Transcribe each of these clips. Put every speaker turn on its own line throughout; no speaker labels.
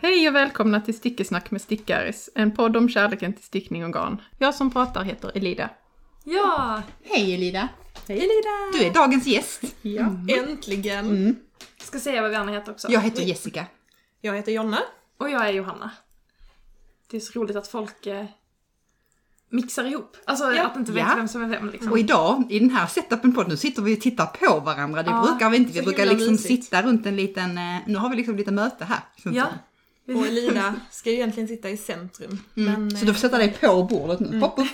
Hej och välkomna till Stickesnack med Stickaris, en podd om kärleken till stickningorgan. Jag som pratar heter Elida.
Ja!
Hej Elida!
Hej Elida!
Du är dagens gäst.
Ja.
Äntligen!
Ska säga vad vi andra heter också.
Jag heter Jessica.
Jag heter Jonna.
Och jag är Johanna. Det är så roligt att folk eh, mixar ihop. Alltså att inte veta
Ja.
vem som är vem liksom.
Och idag i den här setupen på nu sitter vi och tittar på varandra. Det
Ja,
brukar vi inte.
så
Vi brukar
himla
liksom
mysigt.
sitta runt en liten, eh, nu har vi liksom lite möte här. Så,
Ja.
Och Elina ska ju egentligen sitta i centrum. Men,
så du får sätta dig på bordet nu. Pop upp.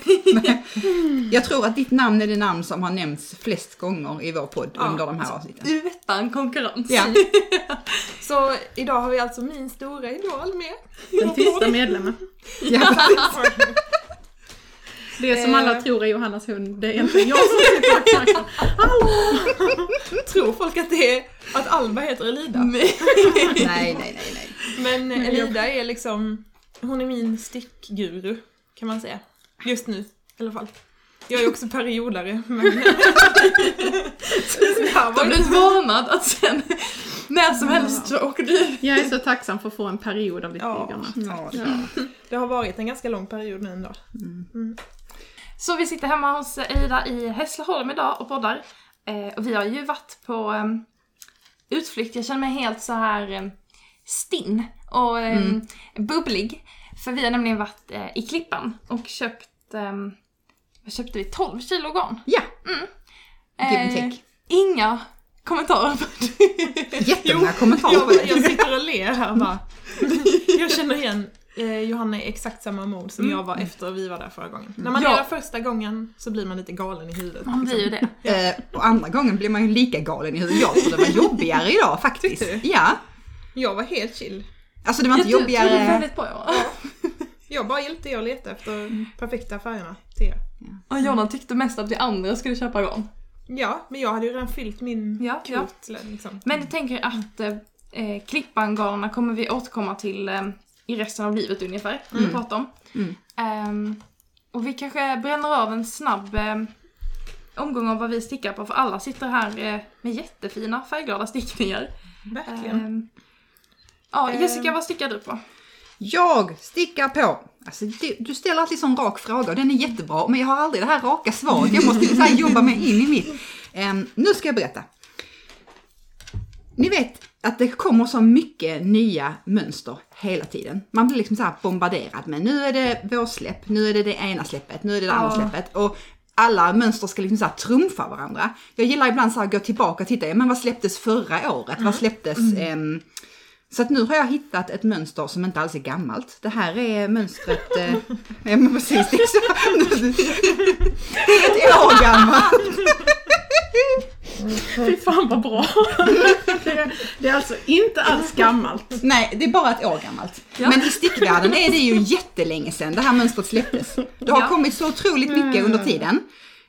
Jag tror att ditt namn är det namn som har nämnts flest gånger i vår podd under de här avsnitten.
Utan konkurrens.
Ja.
så idag har vi alltså min stora idol med.
Den tysta medlemmen.
ja.
Det som alla
Eh.
tror är Johannas hund, det är egentligen jag som sitter och knackar.
Tror folk att det är att Alma heter Elida?
Nej, nej, nej, nej.
Men Elida är liksom, hon är min stickguru kan man säga. Just nu i alla fall. Jag är också periodare men... Det här
Har
var ju-
blivit varnad att sen när som helst så åker du.
Jag är så tacksam för att få en period av ditt
Ja.
byggande.
Ja, det-
Det har varit en ganska lång period nu ändå.
Så vi sitter hemma hos Ida i Hässleholm idag och poddar. Eh, och vi har ju varit på eh, utflykt. Jag känner mig helt så här eh, stinn och eh, bubblig. För vi har nämligen varit eh, i Klippan och köpt, eh, vad köpte vi? 12 kilo garn.
ja. give and
Eh,
take.
inga kommentarer på det.
Jättemånga kommentarer på
Jag,
det.
jag sitter och ler här bara. Jag känner igen eh, Johanna i exakt samma mod som jag var efter vi var där förra gången. När man
Ja.
är där första gången så blir man lite galen i huvudet.
Man blir ju det.
Eh, och andra gången blir man ju lika galen i huvudet. Jag trodde det var jobbigare idag faktiskt.
Tyckte
Ja.
Jag var helt chill.
Alltså det var inte
Jag tror det
jobbigare.
är väldigt bra. Ja.
Jag bara hjälpte er att leta efter perfekta färgerna till er.
Och Jonna tyckte mest att vi andra skulle köpa garn.
Ja, men jag hade ju redan fyllt min
Ja, ja.
kvot. Liksom.
Men jag tänker att eh, eh, klippangarna kommer vi återkomma till eh, i resten av livet ungefär. Mm. Prata om.
Mm.
Ehm, och vi kanske bränner av en snabb eh, omgång av vad vi stickar på. För alla sitter här eh, med jättefina färgglada stickningar.
Verkligen.
Ehm, ja,
Ehm.
Jessica, vad stickar du på?
Jag stickar på. Alltså, du, du ställer alltid sån rak fråga och den är jättebra men jag har aldrig det här raka svaret. Jag måste så här jobba mig in i mitt. Ehm, nu ska jag berätta. Ni vet att det kommer så mycket nya mönster hela tiden. Man blir liksom så här bombarderad med nu är det vårsläpp, nu är det det ena släppet, nu är det det andra
Ja.
släppet. Och alla mönster ska liksom så här trumfa varandra. Jag gillar ibland så här att gå tillbaka och titta, ja, men vad släpptes förra året? Vad släpptes ehm, så att nu har jag hittat ett mönster som inte alls är gammalt. Det här är mönstret... Eh, ja men precis, det är så. Det är ett år gammalt.
Fy fan vad bra! Det, det är alltså inte alls gammalt.
Nej, det är bara ett år gammalt.
Ja.
Men i stickvärlden är det ju jättelänge sedan det här mönstret släpptes. Det har
Ja. Mm.
kommit så otroligt mycket under tiden.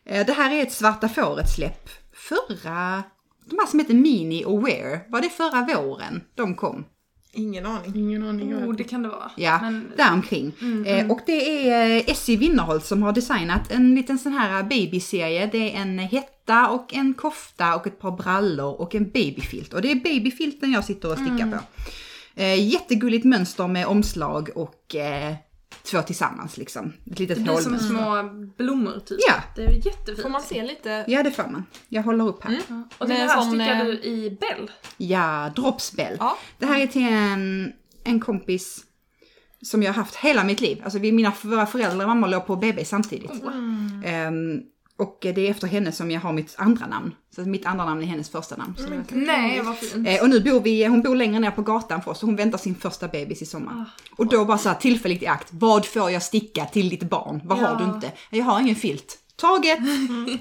Eh, Det här är ett Svarta Fåret-släpp. Förra... De här som heter Mini och Wear, var det förra våren de kom?
Ingen aning.
Ingen aning. om-
Oh, det kan det vara.
Ja,
Men, Mm,
däromkring. Eh, och det är eh, Essie Winnerholt som har designat en liten sån här babyserie. Det är en hetta och en kofta och ett par brallor och en babyfilt. Och det är babyfilten jag sitter och
Mm.
stickar på. Eh, jättegulligt mönster med omslag och eh, två tillsammans liksom. Ett litet
det blir som
hålmönster.
små blommor typ.
Ja.
Det är jättefint.
Får man se lite?
Ja det får man. Jag håller upp här.
Och det
Med en
här
sån,
stickar
eh,
du i Bell.
Ja, droppsbäll.
Ja.
Det här är till en, en kompis som jag har haft hela mitt liv. Alltså vi, mina, våra föräldrar och mamma låg på BB samtidigt.
Oh,
Ehm, och det är efter henne som jag har mitt andra namn. Så att mitt andra namn är hennes första namn.
Oh
Så.
Nej, vad fint.
Eh, och nu bor vi, hon bor längre ner på gatan för oss så hon väntar sin första bebis i sommar.
Ah.
Och då bara så här tillfälligt i akt, vad får jag sticka till ditt barn? Vad har
Ja.
du inte? Jag har ingen filt. Taget!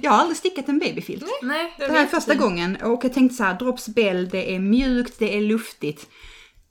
Jag har aldrig stickat en babyfilt.
Nej.
Det här är första gången och jag tänkte så här, Drops Bell, det är mjukt, det är luftigt.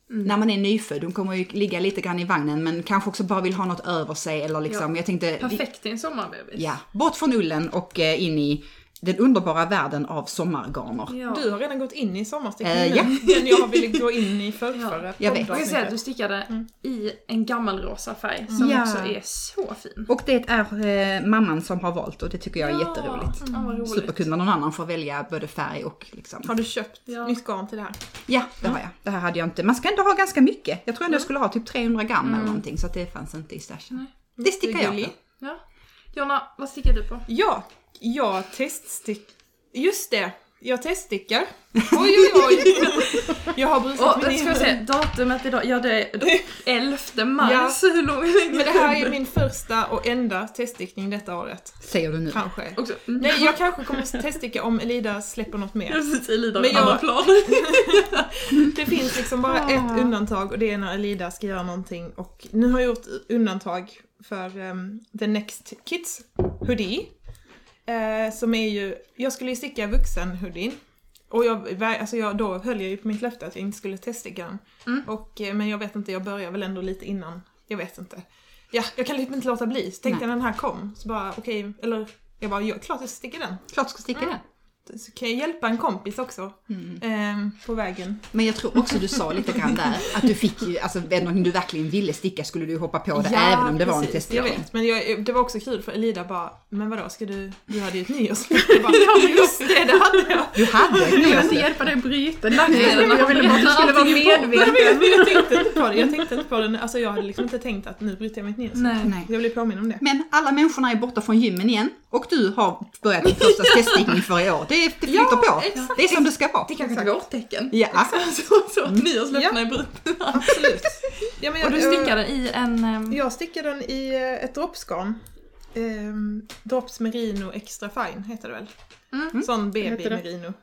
När man är nyfödd, hon kommer ju ligga lite grann i vagnen men kanske också bara vill ha något över sig eller liksom, jag tänkte...
Perfekt till en sommarbebis.
Ja, bort från ullen och eh, in i den underbara världen av sommargarner.
Ja.
Du har redan gått in i sommarstickning
Eh,
nu.
ja.
Den jag ville gå in i för förra
jag vet.
Man kan säga att du stickade i en gammalrosa färg som
Mm. Ja.
också är så fin.
Och det är eh, mamman som har valt och det tycker jag är
Ja, Mm.
jätteroligt.
Ja, vad roligt.
Superkul när någon annan får välja både färg och liksom.
Har du köpt
Ja.
nytt garn till det här?
Ja, det har jag. Det här hade jag inte. Man ska ändå ha ganska mycket. Jag tror ändå jag skulle ha typ 300 gram eller någonting så att det fanns inte i stashen. Det stickar jag
Gullig.
på.
Ja. Jonna, vad stickar du på?
Ja, jag teststick... Just det, jag teststickar. Oj, oj, oj! Jag har brusat
Och
mig
jag
ner.
ska se, datumet idag, ja det är 11 mars. Hur lång
Men det här är min första och enda teststickning detta året.
Säger du nu.
Kanske.
Också, mm,
Nej, jag kanske kommer att teststicka om Elida släpper något mer.
precis, i lider av
Men jag-
andra planer.
Det finns liksom bara ett undantag och det är när Elida ska göra någonting och nu har jag gjort undantag för ehm, The Next Kids hoodie. Eh, som är ju, jag skulle ju sticka vuxen-hoodien. Och jag, vä- alltså jag, då höll jag ju på mitt löfte att jag inte skulle teststicka den. Och, eh, men jag vet inte, jag börjar väl ändå lite innan. Jag vet inte. Ja, jag kan liksom inte låta bli. Så tänkte jag när den här kom, så bara okej, eller jag bara, ja, klart jag sticker den.
Klart ska
Mm.
sticka det.
Så kan jag hjälpa en kompis också.
Mm.
ehm, på vägen.
Men jag tror också du sa lite grann där att du fick ju, alltså är det någonting du verkligen ville sticka skulle du hoppa på det även om det var en
precis, Jag
testgärning.
vet, men jag, det var också kul för Elida bara, men vadå, ska du, du hade ju ett nyårslöfte. Jag bara, Ja, just det, det hade jag.
Du hade
Jag
ett
kan inte
nyårslöfte.
hjälpa dig att bryta nackdelen, jag ville bara att du skulle vara
Nej,
medveten.
men jag tänkte inte på det, jag tänkte inte på det, alltså jag hade liksom inte tänkt att nu bryter jag mitt nyårslöfte.
Nej.
Nej.
Jag blev påminn om det.
Men alla människorna är borta från gymmen igen och du har börjat din första teststickning för i år. Det, det flyter på.
exakt.
Det är som det ska vara.
Det kanske inte var ett tecken.
Ja. Mm.
Så, så, nyårslöftena är brutna.
Absolut. Ja, men jag,
Och du
jag-
stickade i en...
Mm.
ehm,
Jag stickade den i eh, ett droppsgarn. Ehm, Drops Merino Extra Fine heter det väl?
Mm.
Sån BB
Heter det.
Merino.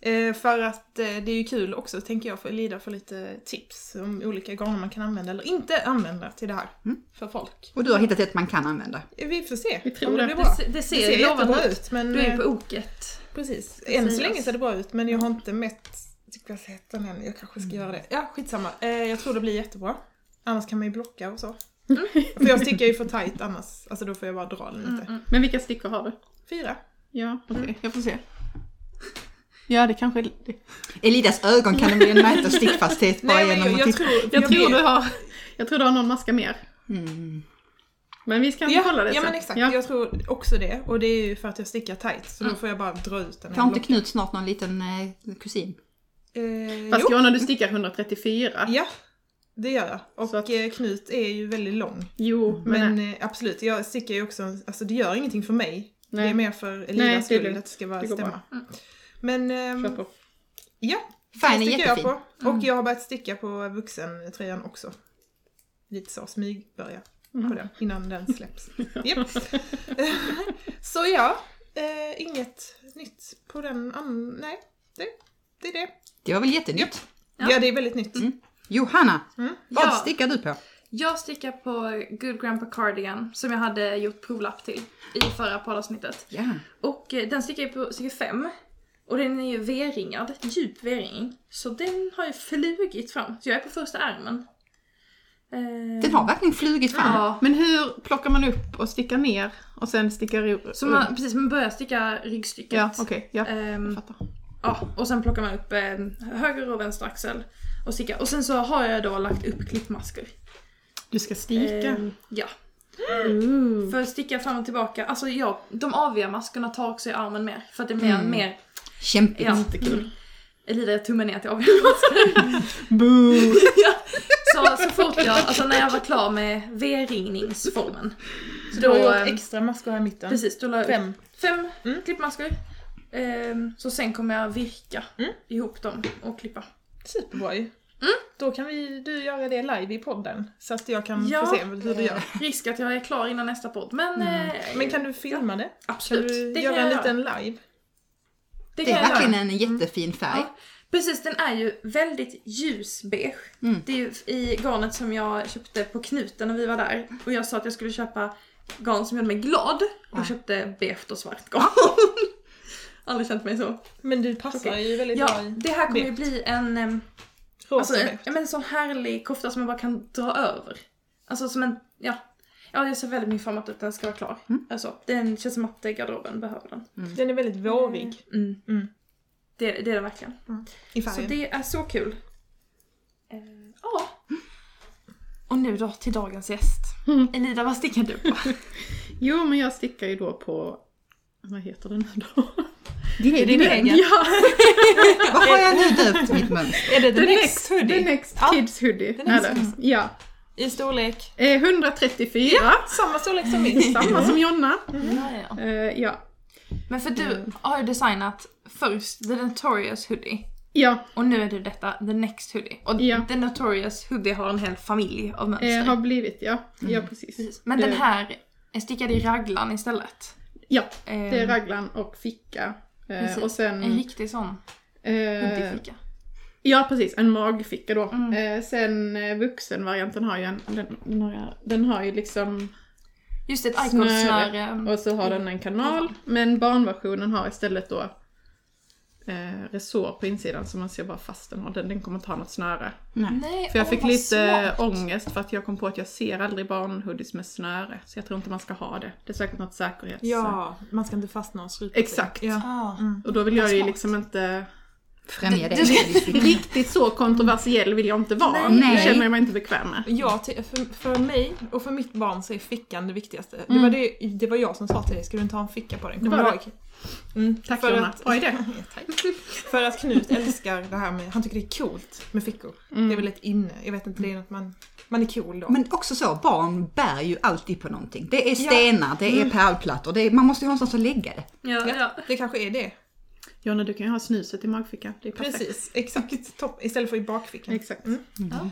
Eh, för att eh, det är ju kul också tänker jag för Elida få lite tips om olika garner man kan använda eller inte använda till det här.
Mm.
För folk.
Och du har hittat ett man kan använda.
Eh, Vi får se. Vi
tror
det
det.
blir
Det,
bra.
se- det
Det
ser,
ser jättebra
lovande ut. Mm.
ut men
Du är ju
eh,
på oket.
precis.
Det
Än
säger
så länge
oss.
ser det bra ut men jag har inte mätt tycker jag sett den än. Jag kanske ska
Mm.
göra det. Ja skitsamma. Eh, jag tror det blir jättebra. Annars kan man ju blocka och så.
Mm.
För jag stickar ju för tight annars. Alltså då får jag bara dra den lite.
Men vilka stickor har du?
Fyra.
Ja, Mm. okej, jag får se. Ja, det kanske... Det.
Elidas ögon kan bli en mätare stickfasthet bara
Nej men
genom
jag,
att
jag
titta.
tror...
Jag, tror du har, jag tror du har någon maska mer.
Mm.
Men vi ska
Ja,
kolla det
ja
sen.
men exakt, jag tror också det. Och det är ju för att jag stickar tight. Så
Mm.
då får jag bara dra ut den.
Får inte Knut snart någon liten eh, kusin?
Eh,
Fast
jo,
Jonna, du stickar 134.
ja. Det gör jag. Och
Så att-
eh, Knut är ju väldigt lång.
Jo, men...
Men eh, absolut, jag stickar ju också, alltså det gör ingenting för mig. Det är
Nej.
mer för
Nej, det är
Elidas skull
lugnt.
att det ska bara
Det går
stämma.
bra. Mm.
Men ehm,
Kör på. Mm.
ja,
Färgen är
det stickar jag
jättefin.
på. Och jag har börjat sticka på vuxentröjan också. Lite så smygbörja
Mm.
på den innan den släpps. Japp. så ja, eh, inget nytt på den an- Nej, det, det är det.
Det var väl jättenytt?
Ja.
Ja, det är väldigt nytt.
Mm.
Johanna,
Mm.
vad
Ja.
stickar du på?
Jag stickar på Good Grandpa Cardigan som jag hade gjort provlapp till i förra poddavsnittet.
Ja.
Mm.
Och eh, den stickar jag på cirka 5. Och den är ju V-ringad, djup V-ring. Så den har ju flugit fram. Så jag är på första ärmen. Eh,
Den har verkligen flugit fram.
Ja.
Men hur plockar man upp och stickar ner och sen stickar ro-
Så man, precis, man börjar sticka ryggstycket.
Ja, okej. ja, jag
Ehm,
fattar.
ja, och sen plockar man upp eh, höger och vänster axel och stickar. Och sen så har jag då lagt upp klippmasker.
Du ska sticka.
Ehm, ja. För att sticka fram och tillbaka, alltså ja, de aviga maskerna tar också i armen mer. För att det blir
Mm.
mer,
Kämpigt.
ja. Mm.
Jättekul.
Elida jag tummar ner till aviga masker.
Boo!
så, så fort jag, alltså när jag var klar med V-ringningsformen. Så
Du har gjort
ehm,
extra maskor här i mitten.
Precis, då la jag
Fem. Mm.
fem klippmasker. Ehm, så sen kommer jag virka
Mm.
ihop dem och klippa.
Superbra ju.
Mm.
Då kan vi, du göra det live i podden. Så att jag kan
Ja.
få se hur du gör.
Risk att jag är klar innan nästa podd, men... Eh,
Mm. Men kan du filma det? Kan
absolut.
du
det
göra
kan jag
en
göra.
liten live?
Det
Det
kan
är
jag göra.
verkligen en jättefin färg.
Ja. Precis, den är ju väldigt ljusbeige. Det är ju i garnet som jag köpte på Knuten när vi var där. Och jag sa att jag skulle köpa garn som gjorde mig glad. Och köpte beige och svart garn. Aldrig känt mig så.
Men du passar
Okej.
ju väldigt
Ja,
bra i
det här kommer ju
beige.
bli en... ehm,
rosa
Alltså,
beige.
ja, men en sån härlig kofta som man bara kan dra över. Alltså som en, ja. Ja, jag ser väldigt mycket fram emot att den ska vara klar. Alltså, den känns som att eh, garderoben behöver den.
Den är väldigt vårig
Mm.
Mm.
Det, det är den verkligen.
i
Så
färgen.
det är så kul. Eh, Ja. Och nu då till dagens gäst.
Mm.
Elida, vad stickar du på?
Jo, men jag stickar ju då på... Vad heter den nu då?
Din egen.
egen?
Ja,
Vad har jag nu döpt mitt mönster?
Är det the,
The Next
next, hoodie?
The Next
Ja.
Kids Hoodie.
The Next
är det.
Kids.
Ja.
I storlek?
Eh, 134.
Samma storlek som min.
Samma som Jonna.
Ja, ja, ja.
Eh, ja. Mm.
Men för du har ju designat först The Notorious Hoodie.
Ja,
Och nu är det detta, The Next Hoodie. Och
Ja.
The Notorious Hoodie har en hel familj av mönster.
eh, har blivit ja. Ja, precis.
Mm. Precis. Men den
Eh,
här är stickad i raglan istället.
Ja,
Eh,
det är raglan och ficka. Eh,
precis.
och
En
sen...
riktig sån
Eh,
hoodieficka.
ja, precis. En magficka då.
Mm.
Eh, sen eh, vuxenvarianten har ju en... Den, några, den har ju liksom...
Just ett
snöre.
icon-snöre.
Och så har den en kanal,
Mm.
men barnversionen har istället då eh, resår på insidan så man ser bara fast den har den. Den kommer inte ha något snöre.
Nej,
För jag
åh,
fick
vad
lite
smart.
ångest för att jag kom på att jag ser aldrig barnhoodies med snöre. Så jag tror inte man ska ha det. Det är säkert något säkerhets...
Ja, man ska inte fastna och strypa
Exakt.
sig. Ja.
Ah.
Och då vill jag ju
Smart.
liksom inte...
Främja
Du-
det.
du-
Riktigt så kontroversiell vill jag inte vara.
Nej.
Det känner jag mig inte bekväm med.
Jag, ty- för, för mig och för mitt barn så är fickan det viktigaste. Det, var det, det var jag som sa till dig, ska du inte ha en ficka på dig? Kommer
Mm. Det
du
var
ihåg? Mm,
Tack
för
Jonna.
att,
Bra idé.
För att Knut älskar det här med, han tycker det är coolt med fickor.
Mm.
Det är väl ett inne, jag vet inte, det är något man, man är cool då.
Men också så, barn bär ju alltid på någonting. Det är stenar, det är pärlplattor, det är, man måste ju ha någonstans att lägga det.
Ja, ja.
ja, det kanske är det.
Jonna, du kan ju ha snuset i magfickan. Det är perfekt.
Precis, exakt. Topp, istället för i bakfickan.
Exakt.
Mm.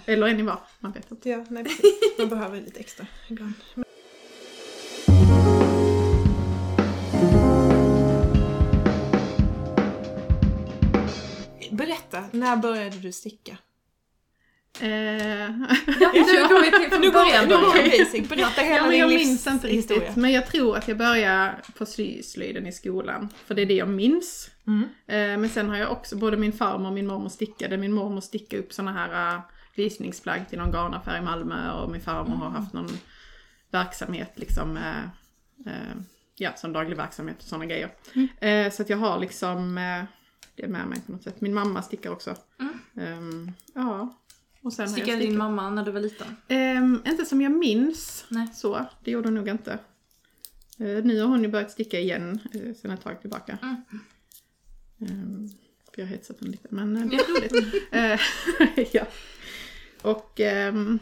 Eller en i var. Man vet inte.
Ja, nej precis. Man behöver lite extra ibland. Berätta, när började du sticka?
Eh,
Nu går vi till från början
Nu
då.
går vi basic.
Ja,
Berätta hela
men jag
din
minns inte riktigt.
livshistoria.
Men jag tror att jag började på syslöjden i skolan. För det är det jag minns.
Mm.
Eh, Men sen har jag också, både min farmor och min mormor stickade. Min mormor stickade upp såna här eh, visningsplagg till någon garnaffär i Malmö. Och min farmor har
Mm.
haft någon verksamhet liksom. eh, eh, Ja, som daglig verksamhet och sådana grejer.
Mm.
Eh, Så att jag har liksom eh, det med mig på något sätt. Min mamma stickar också. Ehm, Ja. Och sen har jag
Mm. Stickade din
stickat.
mamma när du var liten?
Ehm, inte som jag minns.
Nej.
Så, det gjorde hon nog inte. Eh, nu har hon ju börjat sticka igen uh, sen ett tag tillbaka.
Mm.
Ehm, för jag har hetsat henne lite, men eh, det är roligt. Eh, ja. Och ehm,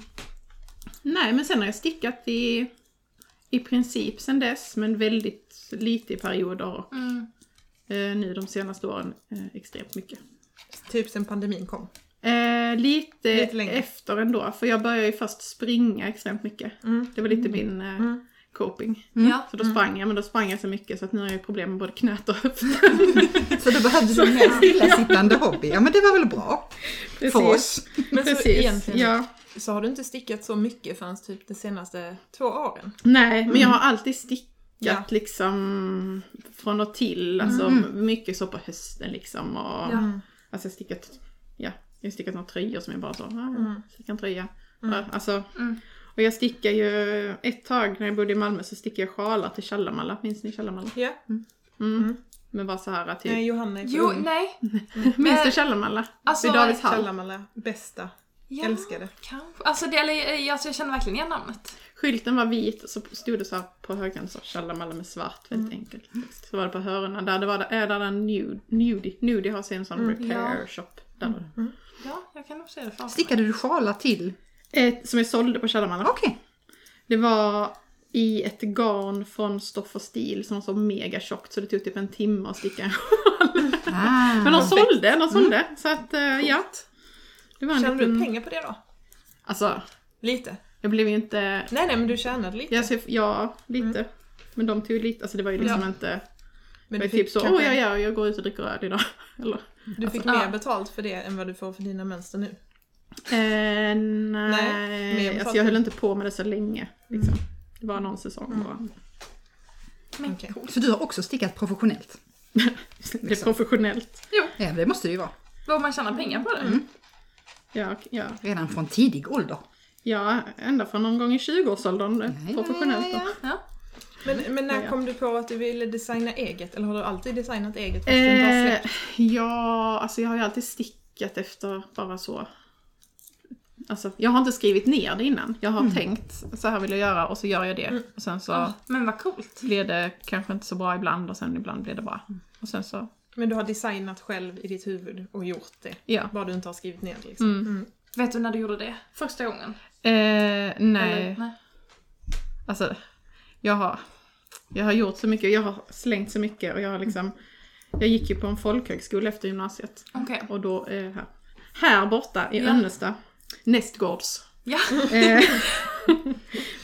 nej, men sen har jag stickat i i princip sen dess, men väldigt lite i perioder och
Mm.
eh, nu de senaste åren eh, extremt mycket.
Typ sen pandemin kom.
Eh, lite,
Lite längre.
efter ändå, för jag började ju först springa extremt mycket. Det var lite min eh, coping.
Ja.
Så då sprang jag, men då sprang jag så mycket så att nu har jag ju problem med både knät och höften.
Så då behövdes en mer stillasittande hobby. Ja men det var väl bra för oss.
Men så
Precis.
Alltså, egentligen
Ja.
så har du inte stickat så mycket förrän typ de senaste två åren.
Nej, men jag
mm.
har alltid stickat
Ja.
liksom från och till. Alltså mycket så på hösten liksom. Och,
Mm. Ja.
Alltså jag har stickat, ja, jag har stickat några tröjor som jag bara så, ah, sticka en tröja. Ja, Alltså,
Mm.
Och jag stickar ju, ett tag när jag bodde i Malmö så stickade jag sjalar till Tjallamalla. Minns ni Tjallamalla?
Ja.
Men var så här typ,
Nej, Johanna är för
Jo,
ung.
nej.
minns du
men-
Tjallamalla?
Alltså,
Vid Davids hall?
Tjallamalla, bästa.
Ja,
Älskade.
Kanske. Alltså, det, eller, eh, alltså jag känner verkligen igen namnet.
Skylten var vit och så stod det så här på högen så Tjallamalla med svart väldigt
Mm.
enkelt. text. Så var det på hörnen där det var är där en nude, nudie, nudie har sin sån
Mm,
repair
Ja.
shop. Där var det.
Ja, jag kan nog se det framför mig.
Stickade du sjalar till?
Eh, som jag sålde på Tjallamalla.
Okej.
Det var i ett garn från Stoff och Stil som var så mega tjockt så det tog typ en timme att sticka en sjal. Men
Ah.
de sålde, de sålde. Så att eh, ja. Det var en
Tjänade
liten...
Mm. du pengar på det då?
Alltså,
Lite?
jag blev ju inte
Nej, nej, men du tjänade lite.
Ja, så, ja lite.
Mm.
Men de tog ju lite, alltså det var ju liksom inte, det
men
var
du
ju typ
fick,
så, åh
kanske-
oh, ja, ja, jag går ut och dricker öl idag. Eller,
du fick
ja.
mer betalt för det än vad du får för dina mönster nu.
eh, nej,
men jag
alltså jag höll inte på med det så länge. Liksom. Det var någon säsong bara.
Men
Okej.
coolt.
Så du har också stickat professionellt?
Det är professionellt.
Jo,
Ja det måste det ju vara.
vad man tjänar pengar på det.
Ja, och- ja.
Redan från tidig ålder.
Ja, ända från någon gång i 20-årsåldern eh, professionellt då.
Ja.
Men, men när
Ja.
kom du på att du ville designa eget? Eller har du alltid designat eget fast du inte har
Eh,
släppt?
ja, alltså jag har ju alltid stickat efter bara så. Alltså, jag har inte skrivit ner det innan. Jag har tänkt så här vill jag göra och så gör jag det. Och sen så
Men vad coolt.
blev det kanske inte så bra ibland och sen ibland blev det bra. Och sen så,
Men du har designat själv i ditt huvud och gjort det.
ja.
Bara du inte har skrivit ner det liksom.
Mm.
Vet du när du gjorde det? Första gången?
Eh, nej,
Eller, nej.
alltså jag har, jag har gjort så mycket, jag har slängt så mycket och jag har liksom, jag gick ju på en folkhögskola efter gymnasiet.
Okej.
Och då är det här. Här borta i
Ja.
Önnesta, nästgårds.
Ja.
Eh,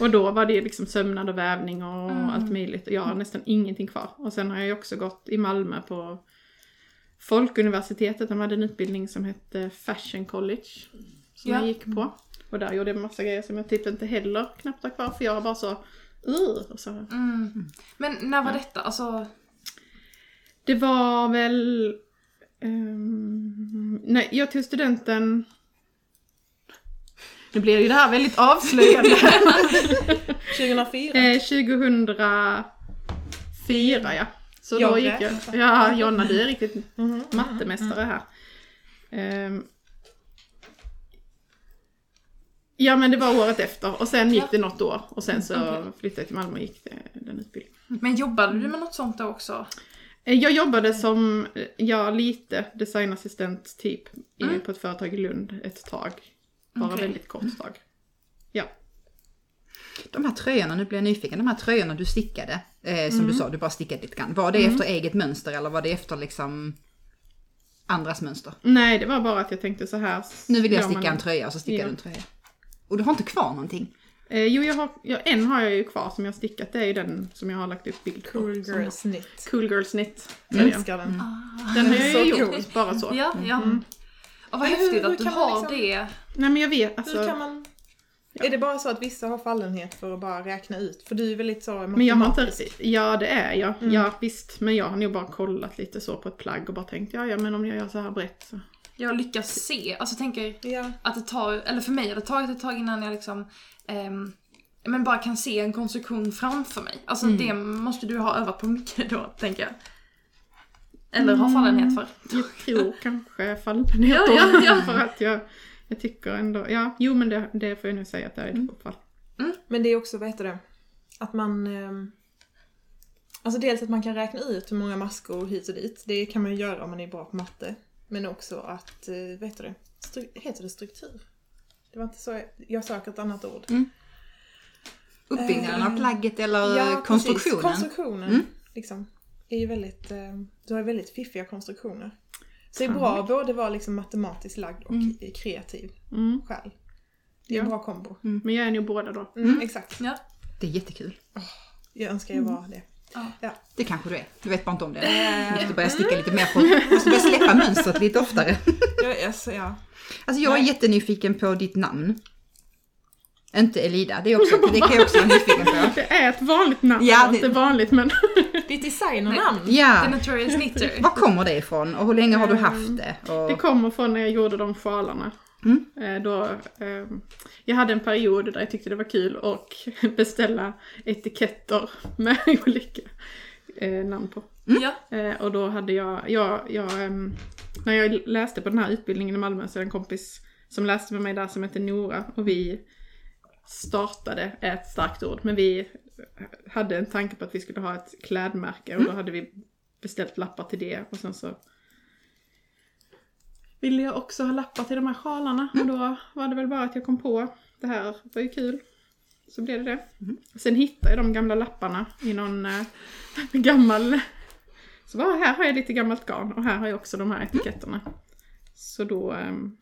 och då var det liksom sömnad och vävning och
Mm.
allt möjligt. Och jag har nästan ingenting kvar. Och sen har jag ju också gått i Malmö på Folkuniversitetet. De hade en utbildning som hette Fashion College. Som
Ja.
jag gick på. Och där gjorde jag massa grejer som jag typ inte heller knappt har kvar. För jag var bara så... "Ugh", Och så
Mm. Men när var detta? Alltså,
Det var väl... ehm, nej, jag tog studenten... Nu blir ju det här väldigt avslöjande.
2004?
eh, 2004 ja. Så då
Jonna.
gick jag... Ja, Jonna du är riktigt mattemästare här. Ehm, ja men det var året efter och sen gick
Ja.
det något år och sen så
Okej.
flyttade jag till Malmö och gick det- den utbildningen.
men jobbade du med något sånt då också?
Eh, Jag jobbade som, eh, ja lite, designassistent typ i-
Mm.
på ett företag i Lund ett tag. Bara
Okej.
väldigt kort tag.
De här tröjorna, nu blir jag nyfiken, de här tröjorna du stickade, eh, som du
Mm.
sa, du bara stickade lite grann. Var det efter eget mönster eller var det efter liksom andras mönster?
Nej, det var bara att jag tänkte så här. s-
Nu vill jag
gör man
sticka en
det.
tröja och så stickar
Ja.
du en tröja. Och du har inte kvar någonting?
Eh, jo, jag har, ja, en har jag ju kvar som jag har stickat. Det är ju den som jag har lagt upp bild på.
Cool Girls Knit.
Cool Girl Knit.
Jag
Mm.
älskar den.
Den har jag ju
Så
gjort, bara så.
Ja, ja. Och vad
Men hur-
häftigt
hur
att du
kan man
har
liksom-
det.
Nej men jag vet,
Hur kan
alltså.
man... Är det bara så att vissa har fallenhet för att bara räkna ut? För du är väldigt så
Men jag har inte,
matematisk.
ja det är jag. Ja visst, men jag har nog bara kollat lite så på ett plagg och bara tänkt ja, ja men om jag gör så här brett så.
Jag lyckas se, alltså tänker
Ja.
att det tar, eller för mig har det tagit ett tag innan jag liksom ehm, men bara kan se en konstruktion framför mig. Alltså det måste du ha övat på mycket då, tänker jag. Eller ha fallenhet för.
Jag tror kanske fallenhet
Ja,
då.
ja, ja.
För att jag, jag tycker ändå, ja, jo men det, det får jag nu säga att det är ett fall.
Men det är också, vad heter det? Att man... ehm, Alltså dels att man kan räkna ut hur många maskor hit och dit. Det kan man ju göra om man är bra på matte. Men också att, eh, vad heter det? Stru- heter det struktur? Det var inte så, jag söker ett annat ord.
Uppbyggnaden av plagget
Eh,
eller
Ehm, Ja, precis.
konstruktionen?
Konstruktionen
Mm.
liksom, är ju väldigt, eh, du har ju väldigt fiffiga konstruktioner. Så det är bra att både vara liksom matematiskt lagd och i- kreativ
Mm.
själ. Det är en
Ja.
bra kombo.
Men jag är nog båda då.
Mm, Exakt.
Ja.
Det är jättekul.
Jag önskar
Mm.
jag var det.
Ja.
Ja.
Det kanske du är. Du vet bara inte om det.
Ehm.
Du måste börja sticka lite mer på... Du måste börja släppa mönstret lite oftare.
Jag, alltså, ja.
Alltså jag är jättenyfiken på ditt namn. Inte Elida, det, är också, det kan jag också vara nyfiken på.
Det är ett vanligt namn,
Ja,
ja,
det-
inte vanligt men
Ditt designernamn.
The
Ja,
Notorious Knitter.
var kommer det ifrån och hur länge har du haft Mm. det?
det
Och,
kommer från när jag gjorde de sjalarna.
Mm.
Eh, Då, ehm, jag hade en period där jag tyckte det var kul att beställa etiketter med olika eh, namn på.
Ja.
Eh, och då hade jag, jag, jag ehm, när jag läste på den här utbildningen i Malmö så är det en kompis som läste med mig där som heter Nora och vi startade, är ett starkt ord, men vi hade en tanke på att vi skulle ha ett klädmärke och då hade vi beställt lappar till det och sen så ville jag också ha lappar till de här sjalarna och då var det väl bara att jag kom på det här var ju kul. Så blev det det. Sen hittade jag de gamla lapparna i någon eh, gammal så bara, här har jag lite gammalt garn och här har jag också de här etiketterna. Så då ehm,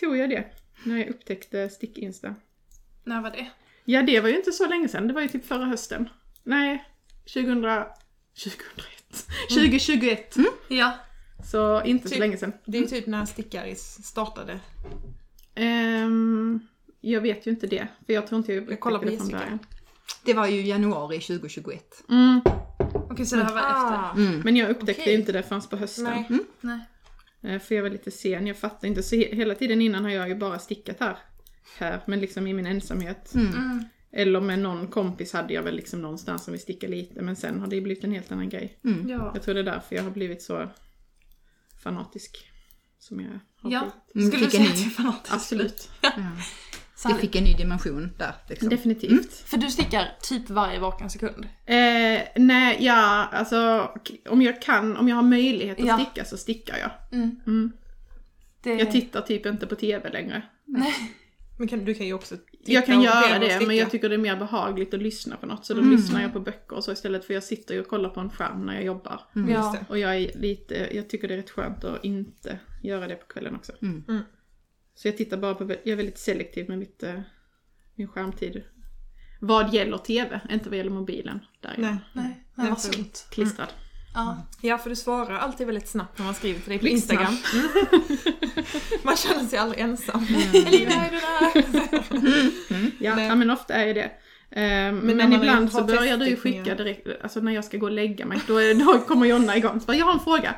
tog jag det när jag upptäckte stickinsta.
När var det?
Ja, det var ju inte så länge sedan. Det var ju typ förra hösten. Nej, 2000, 2001. 2021.
Ja.
Så inte så
Mm. Typ.
länge sedan.
Det är ju typ när Stickaris startade.
Ehm, jag vet ju inte det, för jag tror inte jag
Jag kollar
upptäckte det
på
från
Jessica.
början.
det var ju januari 2021.
Mm,
Okej, så det här var
Mm. Ah.
efter?
Mm.
men jag upptäckte
Okej.
ju inte det förrän på hösten.
Nej.
Nej.
Eh, För jag var lite sen, jag fattar inte. Så he- hela tiden innan har jag ju bara stickat här. här, men liksom i min ensamhet.
Mm.
Eller med någon kompis hade jag väl liksom någonstans som vi stickade lite, men sen har det blivit en helt annan grej.
Ja.
Jag tror det är därför jag har blivit så fanatisk som jag har
ja.
blivit.
Skulle du
fick
säga
en
att
ny.
du är fanatisk?
Absolut.
Så
Det
här,
fick en ny dimension där. Liksom.
Definitivt.
För du stickar typ varje vaken sekund.
Eh, nej, ja, alltså k- om jag kan, om jag har möjlighet att
Ja.
sticka så stickar jag.
Mm.
Mm.
Det...
Jag tittar typ inte på TV längre.
Men kan, du kan ju också titta
Jag kan
och
göra
dela och
det, men
sticka.
jag tycker Mm. det är mer behagligt att lyssna på något. Så då lyssnar jag på böcker och så istället, för jag sitter ju och kollar på en skärm när jag jobbar.
ja.
det.
Och jag, är lite, jag tycker det är rätt skönt att inte göra det på kvällen också.
Mm.
Mm.
Så jag tittar bara på, jag är väldigt selektiv med mitt, eh, min skärmtid. Vad gäller TV, inte vad gäller mobilen. Där är jag
Nej. Mm.
Nej, men vad sunt.
klistrad.
Ja.
Ja, för du svarar alltid väldigt snabbt när man skriver till dig på
Blixtsnabbt.
Instagram. man känner sig aldrig ensam.
Elina, är du där?
Ja,
Men-
ja men ofta är ju det. Ehm,
när
Men,
man har-
ibland så
har
börjar du ju
feststickningar.
skicka direkt, alltså när jag ska gå och lägga mig, då, är, då kommer Jonna igång. Så bara, jag har en fråga.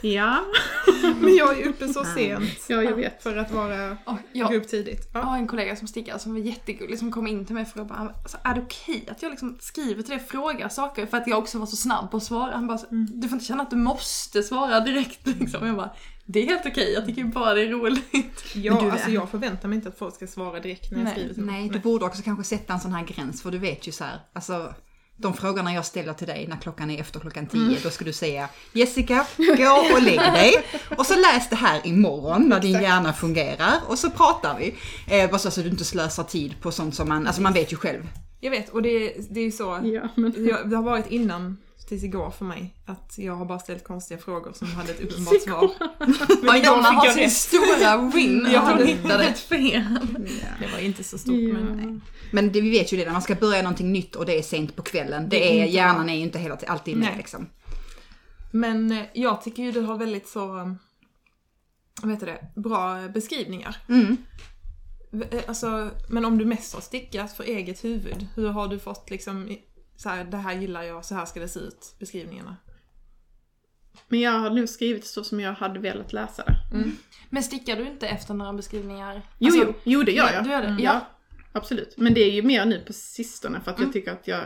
Ja,
Men jag är uppe så sent.
ja jag vet.
För att vara
Oj,
gå
jag,
upp tidigt.
jag
Ja.
har en kollega som stickar som var jättegullig som kom in till mig och frågade bara, alltså, är det okej att jag liksom skriver till dig frågar saker för att jag också var så snabb på att svara. Han bara, du får inte känna att du måste svara direkt liksom. Jag bara, det är helt okej, jag tycker bara det är roligt.
Jag,
du är-
alltså, jag förväntar mig inte att folk ska svara direkt när jag
Nej,
skriver till
Nej, du borde också kanske sätta en sån här gräns för du vet ju så här, alltså de frågorna jag ställer till dig när klockan är efter klockan 10, då ska du säga Jessica, gå och lägg dig och så läs det här imorgon när din hjärna fungerar och så pratar vi. Eh, bara så att du inte slösar tid på sånt som man, alltså man vet ju själv.
Jag vet, och det, det är ju så.
Ja, men,
Jag, det har varit innan tills igår för mig att jag har bara ställt konstiga frågor som hade ett uppenbart svar.
Men
idag
Jonna
fick
har
jag
sin
rätt.
stora win,
Ja,
hon
det-
hittade ett fel.
Det var inte så stort
ja.
men...
Men det, vi vet ju det, när man ska börja någonting nytt och det är sent på kvällen, det, är, hjärnan är ju inte hela, alltid med
Nej.
liksom.
Men eh, jag tycker ju du har väldigt så... um, Vad heter det? Bra eh, beskrivningar.
Mm.
V- eh, Alltså, men om du mest har stickat för eget huvud, hur har du fått liksom i- så här, det här gillar jag, så här ska det se ut, beskrivningarna?
men jag har nu skrivit så som jag hade velat läsa det.
Men stickar du inte efter några beskrivningar?
Jo,
Mm. Alltså,
jo, jo det gör
ja,
jag.
du gör det.
Mm,
Ja. Mm.
Absolut. Men det är ju mer nu på sistone för att jag tycker att jag,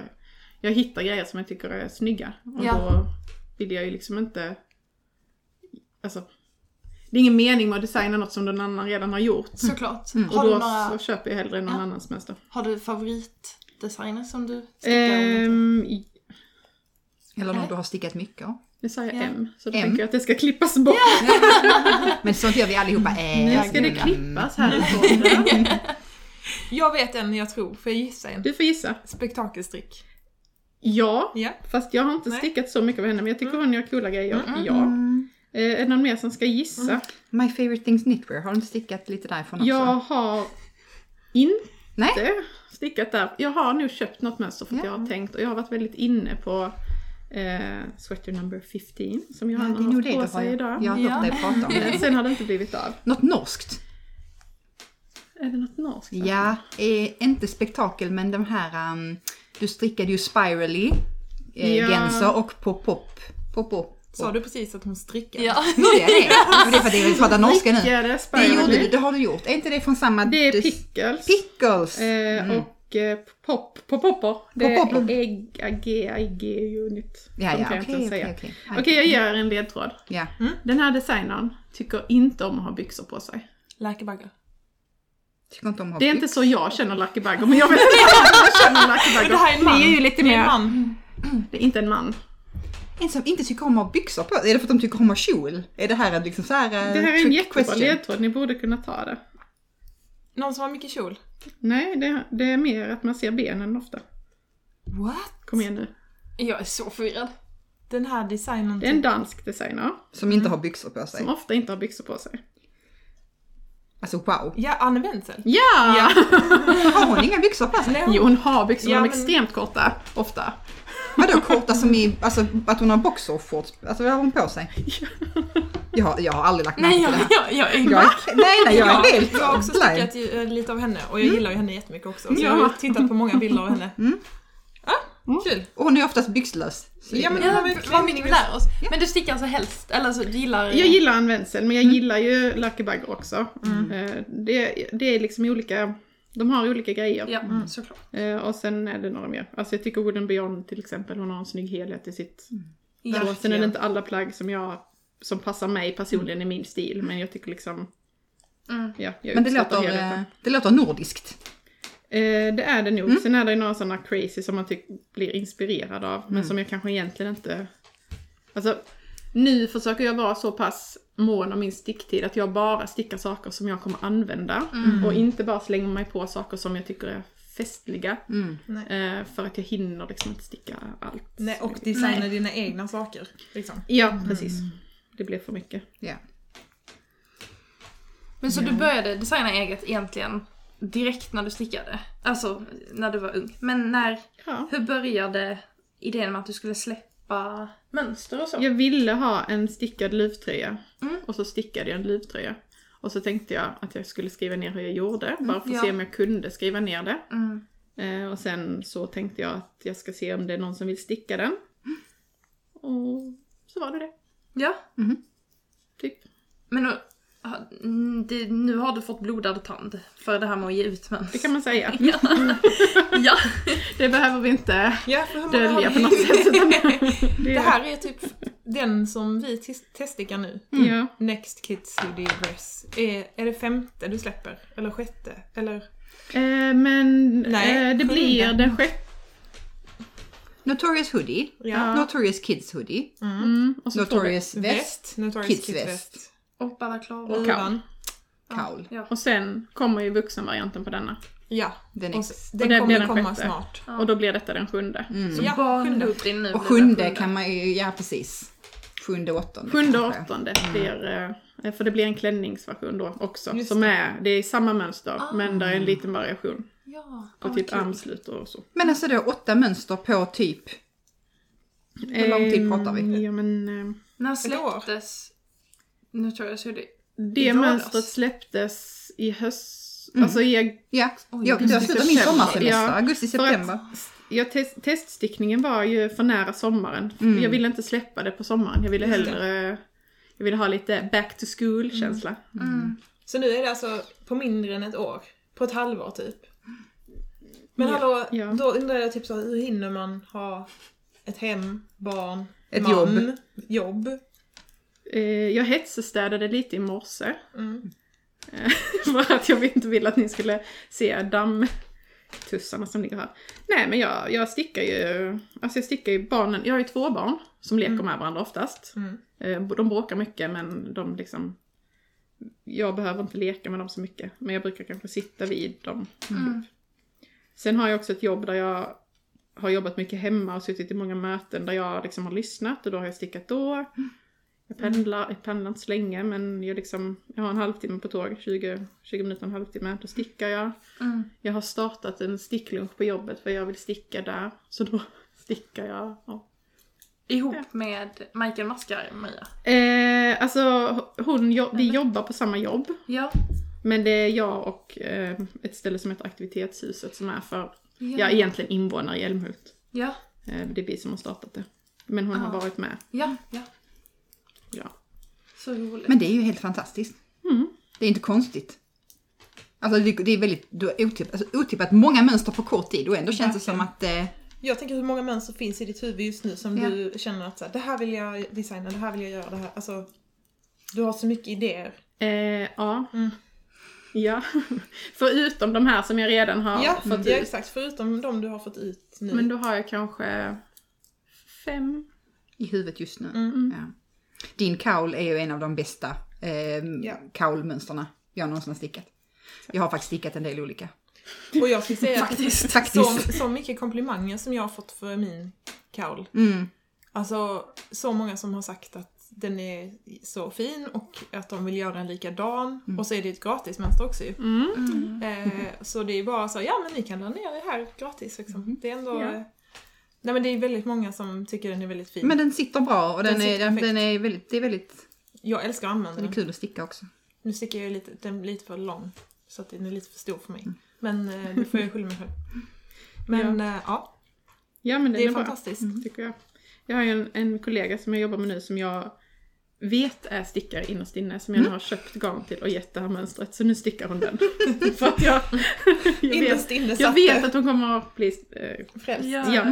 jag hittar grejer som jag tycker är snygga. Och
Ja.
då vill jag ju liksom inte... Alltså, det är ingen mening med att designa något som någon annan redan har gjort.
Såklart.
Mm. Och
Har, du
då
några,
så köper jag hellre någon
Ja.
annans mönster.
har du favoritdesigner som du stickar?
Ehm,
Eller
Nej.
något du har stickat mycket av.
nu sa jag
Ja.
M, så då
M.
tänker jag att det ska klippas bort.
Men sånt gör vi allihopa. Äh,
Mm. Nu ska det
gud.
klippas härifrån.
Jag vet en jag tror, får jag gissa en?
Du får gissa.
Spektakelstrick.
Ja,
Ja.
fast jag har inte
Nej.
stickat så mycket av henne, men jag tycker hon gör coola grejer. Ja.
Mm.
Eh, är det någon mer som ska gissa?
My favorite things knitwear, har du inte stickat lite därifrån också?
Jag har inte
Nej.
stickat där. Jag har nog köpt något mönster för att
Ja.
jag har tänkt och jag har varit väldigt inne på eh, sweater number 15 som
Ja,
Johanna
det är nog det
har
du
haft på
har.
sig idag.
Jag har
Ja.
hört dig prata om det.
Men sen har det inte blivit av.
Något norskt?
Är det något norskt?
Ja, eh, inte spektakel men de här, um, du strickade ju spirally eh,
Ja.
genser och på pop. Popo.
Sa du precis att hon strickade?
Ja.
Gjorde jag det? Men Det är för att jag vill prata norska nu.
Ja, det är
Det gjorde du,
Spirally.
det har du gjort. Är inte det från samma...
Det är
du-
pickles.
Pickles! Mm,
Eh, Och eh, pop, pop, popper. Det
Popper.
är ägg, AG, AG unit.
ja,
De
ja,
kan jag
okej,
inte
okej,
ens säga.
okej.
Okej, jag ger en ledtråd.
Ja.
Den här designern tycker inte om att ha byxor på sig.
Läkebaggar.
Tycker inte om att ha
Det är
pick-
inte så jag känner Lucky Bagger, men jag vet inte vad jag känner Lucky Bagger.
Det här är en man.
är ju lite
Det är en
mer...
man.
Det är inte en man.
En som inte tycker om att ha byxor på Är det för att de tycker om att ha kjol? Är det här en liksom så här... eh,
Det här är en
trick
jättebra
question?
ledtråd, ni borde kunna ta det.
Någon som har mycket kjol.
Nej, det, det är mer att man ser benen ofta.
What?
Kom igen nu.
Jag är så förvirrad.
Den här designern.
Det är en dansk designer
Som inte har byxor på sig.
som ofta inte har byxor på sig.
Alltså wow.
Ja, Anne Wenzel.
Ja!
Har hon inga byxor på sig?
Nej,
Jo, hon har byxor,
Ja,
de är
men-
extremt korta, ofta.
Vadå korta som i, alltså att hon har boxershorts, alltså vad har hon på sig? Jag har, jag har aldrig lagt märke
Nej,
till
jag,
det här.
jag, jag är
Jag är, nej, nej, jag
Ja,
är helt
jag har också
blind.
stickat ju, eh, lite av henne och jag gillar ju henne jättemycket också. Så
Mm. Ja. Mm.
jag har ju tittat på många bilder av henne. Kul!
Och hon är oftast byxlös. Så
Ja men det
Ja,
var väl
vad
kvinnlig
vi lär oss. Men du stickar alltså helst, eller så du gillar...
Jag
Mm.
gillar en vänsel men jag gillar ju luckybagger också. Eh, Det, det är liksom olika, de har olika grejer.
Ja, såklart.
Eh, Och sen är det några mer. Alltså jag tycker Wooden Beyond till exempel, hon har en snygg helhet i sitt så. Sen
Mm.
är det
Verkligen.
inte alla plagg som jag som passar mig personligen i min stil men jag tycker liksom
Mm.
Ja, jag
Mm. Men det
uppskattar
låter,
helheten.
eh, det låter nordiskt.
Eh, det är det nog. Sen är det ju några sådana crazy som man typ blir inspirerad av, men som jag kanske egentligen inte... Alltså, nu försöker jag vara så pass mån om min sticktid att jag bara stickar saker som jag kommer använda och inte bara slänger mig på saker som jag tycker är festliga. Eh, för att jag hinner liksom inte sticka allt.
Nej, och designa dina egna saker. Liksom.
Ja, precis. Det blev för mycket.
Ja.
Men så du började designa eget egentligen direkt när du stickade? Alltså när du var ung. Men när,
Ja.
hur började idén med att du skulle släppa mönster och så?
Jag ville ha en stickad luvtröja
Mm.
och så stickade jag en luvtröja. Och så tänkte jag att jag skulle skriva ner hur jag gjorde,
Mm,
bara för att
ja.
se om jag kunde skriva ner det.
Mm.
Eh, och sen så tänkte jag att jag ska se om det är någon som vill sticka den. Och så var det det,
Ja.
typ.
Men nu, ha- mm, det, nu har du fått blodad tand för det här med att ge ut mönster.
Det kan man säga.
Ja.
Det behöver vi inte
Ja, för hur många har
dölja
vi?
på något sätt. utan
Det här är typ den som vi tes- teststickar nu.
Mm. Ja.
Next Kids Hoodie Dress. Är, är det femte du släpper? Eller sjätte? Eller?
Eh, men
Nej,
eh, det
sjunde.
blir den sjätte.
Notorious hoodie.
Ja.
Notorious kids hoodie.
Mm, och så två.
Notorious väst.
Notorious
Kids
Kids, väst.
Och balaklava.
Och kaul.
Luvan.
Kaul.
Ja.
Och sen kommer ju vuxenvarianten på denna.
Ja.
Den
Och
ex-
s-
Och
den
det blir
kommer
den
komma
sjätte. Mm.
snart.
Och då blir detta den sjunde.
Så
Ja,
bara
sjunde.
upp din nu.
Och
blir
sjunde
den
kan man ju, ja precis. Sjunde och åttonde.
Sjunde och
kanske. Mm.
åttonde blir, eh, för det blir en klänningsversion då också.
Just
som är, det är samma mönster
Ah.
men där är en liten variation.
Ja.
På
ja,
typ
kul.
armslut och så.
Men alltså då åtta mönster på typ, hur lång
Ehm,
tid pratar vi?
Ja, men, eh,
När
år.
släpptes Notorious Hoodie?
det
I våras.
mönstret
alltså?
släpptes i höst,
Mhm.
alltså i augusti,
ja.
Oj,
jag, jag slutar min
september.
sommarsemester,
Ja,
augusti,
för att-
september.
jag tes- teststickningen var ju för nära sommaren.
Mm.
Jag ville inte släppa det på sommaren, jag ville hellre, jag ville ha lite back to school känsla.
Så nu är det alltså på mindre än ett år. På ett halvår typ. Men hallå,
ja.
då undrar jag typ så här, hur hinner man ha ett hem, barn,
Ett
man,
jobb.
jobb?
Eh, jag hetsstädade lite i morse. Eh, För att jag inte ville att ni skulle se dammtussarna som ligger här. Nej men jag, jag stickar ju, alltså jag stickar ju barnen, jag har ju två barn som leker med varandra oftast. Eh, De bråkar mycket men de liksom, jag behöver inte leka med dem så mycket. Men jag brukar kanske sitta vid dem.
Mm.
Sen har jag också ett jobb där jag har jobbat mycket hemma och suttit i många möten där jag liksom har lyssnat och då har jag stickat då. Jag pendlar, jag pendlar inte så länge men jag, liksom, jag har en halvtimme på tåg, 20, 20 minuter, en halvtimme, då stickar jag.
Mm.
Jag har startat en sticklunch på jobbet för jag vill sticka där, så då stickar jag. Ja.
Ihop med Michael Maskar, Maria.
Eh, alltså hon, jo, vi jobbar på samma jobb,
Ja.
men det är jag och eh, ett ställe som heter Aktivitetshuset som är för,
Ja.
ja egentligen invånare i Älmhult.
Ja.
Eh, Det är vi som har startat det. Men hon har varit med.
Ja. ja.
Ja.
Så roligt.
Men det är ju helt fantastiskt.
Mm.
Det är inte konstigt. Alltså det, det är väldigt du har otippat, alltså, otippat många mönster på kort tid och ändå känns det som att eh,
Jag tänker hur många mönster finns i ditt huvud just nu som
Ja.
du känner att så här, det här vill jag designa, det här vill jag göra, det här. Alltså, du har så mycket idéer.
Eh, ja.
Mm.
Ja. Förutom de här som jag redan har
Ja,
fått
ja
ut.
exakt. Förutom de du har fått ut nu.
Men då har jag kanske fem.
i huvudet just nu.
Mm,
Ja. Din kaul är ju en av de bästa eh, kaulmönsterna jag någonsin har stickat. Jag har faktiskt stickat en del olika.
Och jag ska säga att
Faktiskt.
så,
Faktiskt.
så mycket komplimanger som jag har fått för min kaul.
Mm.
Alltså så många som har sagt att den är så fin och att de vill göra en likadan.
Mm.
Och så är det ett gratismönster också ju. Eh, så det är bara så, ja men ni kan ladda ner det här gratis liksom. Det är ändå...
Mm. Ja.
eh, Nej men det är väldigt många som tycker den är väldigt fin.
Men den sitter bra och den,
Den
är,
sitter
den,
perfekt. Mm.
den är väldigt, det är väldigt
jag älskar att använda
den är
den.
kul att sticka också.
Nu sticker jag ju lite, den är lite för lång. Så att
Mm.
den är lite för stor för mig. Men eh, det får jag skylla mig själv. Men ja. Eh, ja.
Ja men den
Det är
är, bra.
fantastiskt.
tycker jag. Jag har ju en, en kollega som jag jobbar med nu som jag vet är stickare innerst inne som jag
Mm.
nu har köpt garn till och gett det här mönstret så nu stickar hon den. För att jag, jag, vet,
Innerst inne
jag
satt
vet
det.
att hon kommer att bli... eh,
frälst.
ja.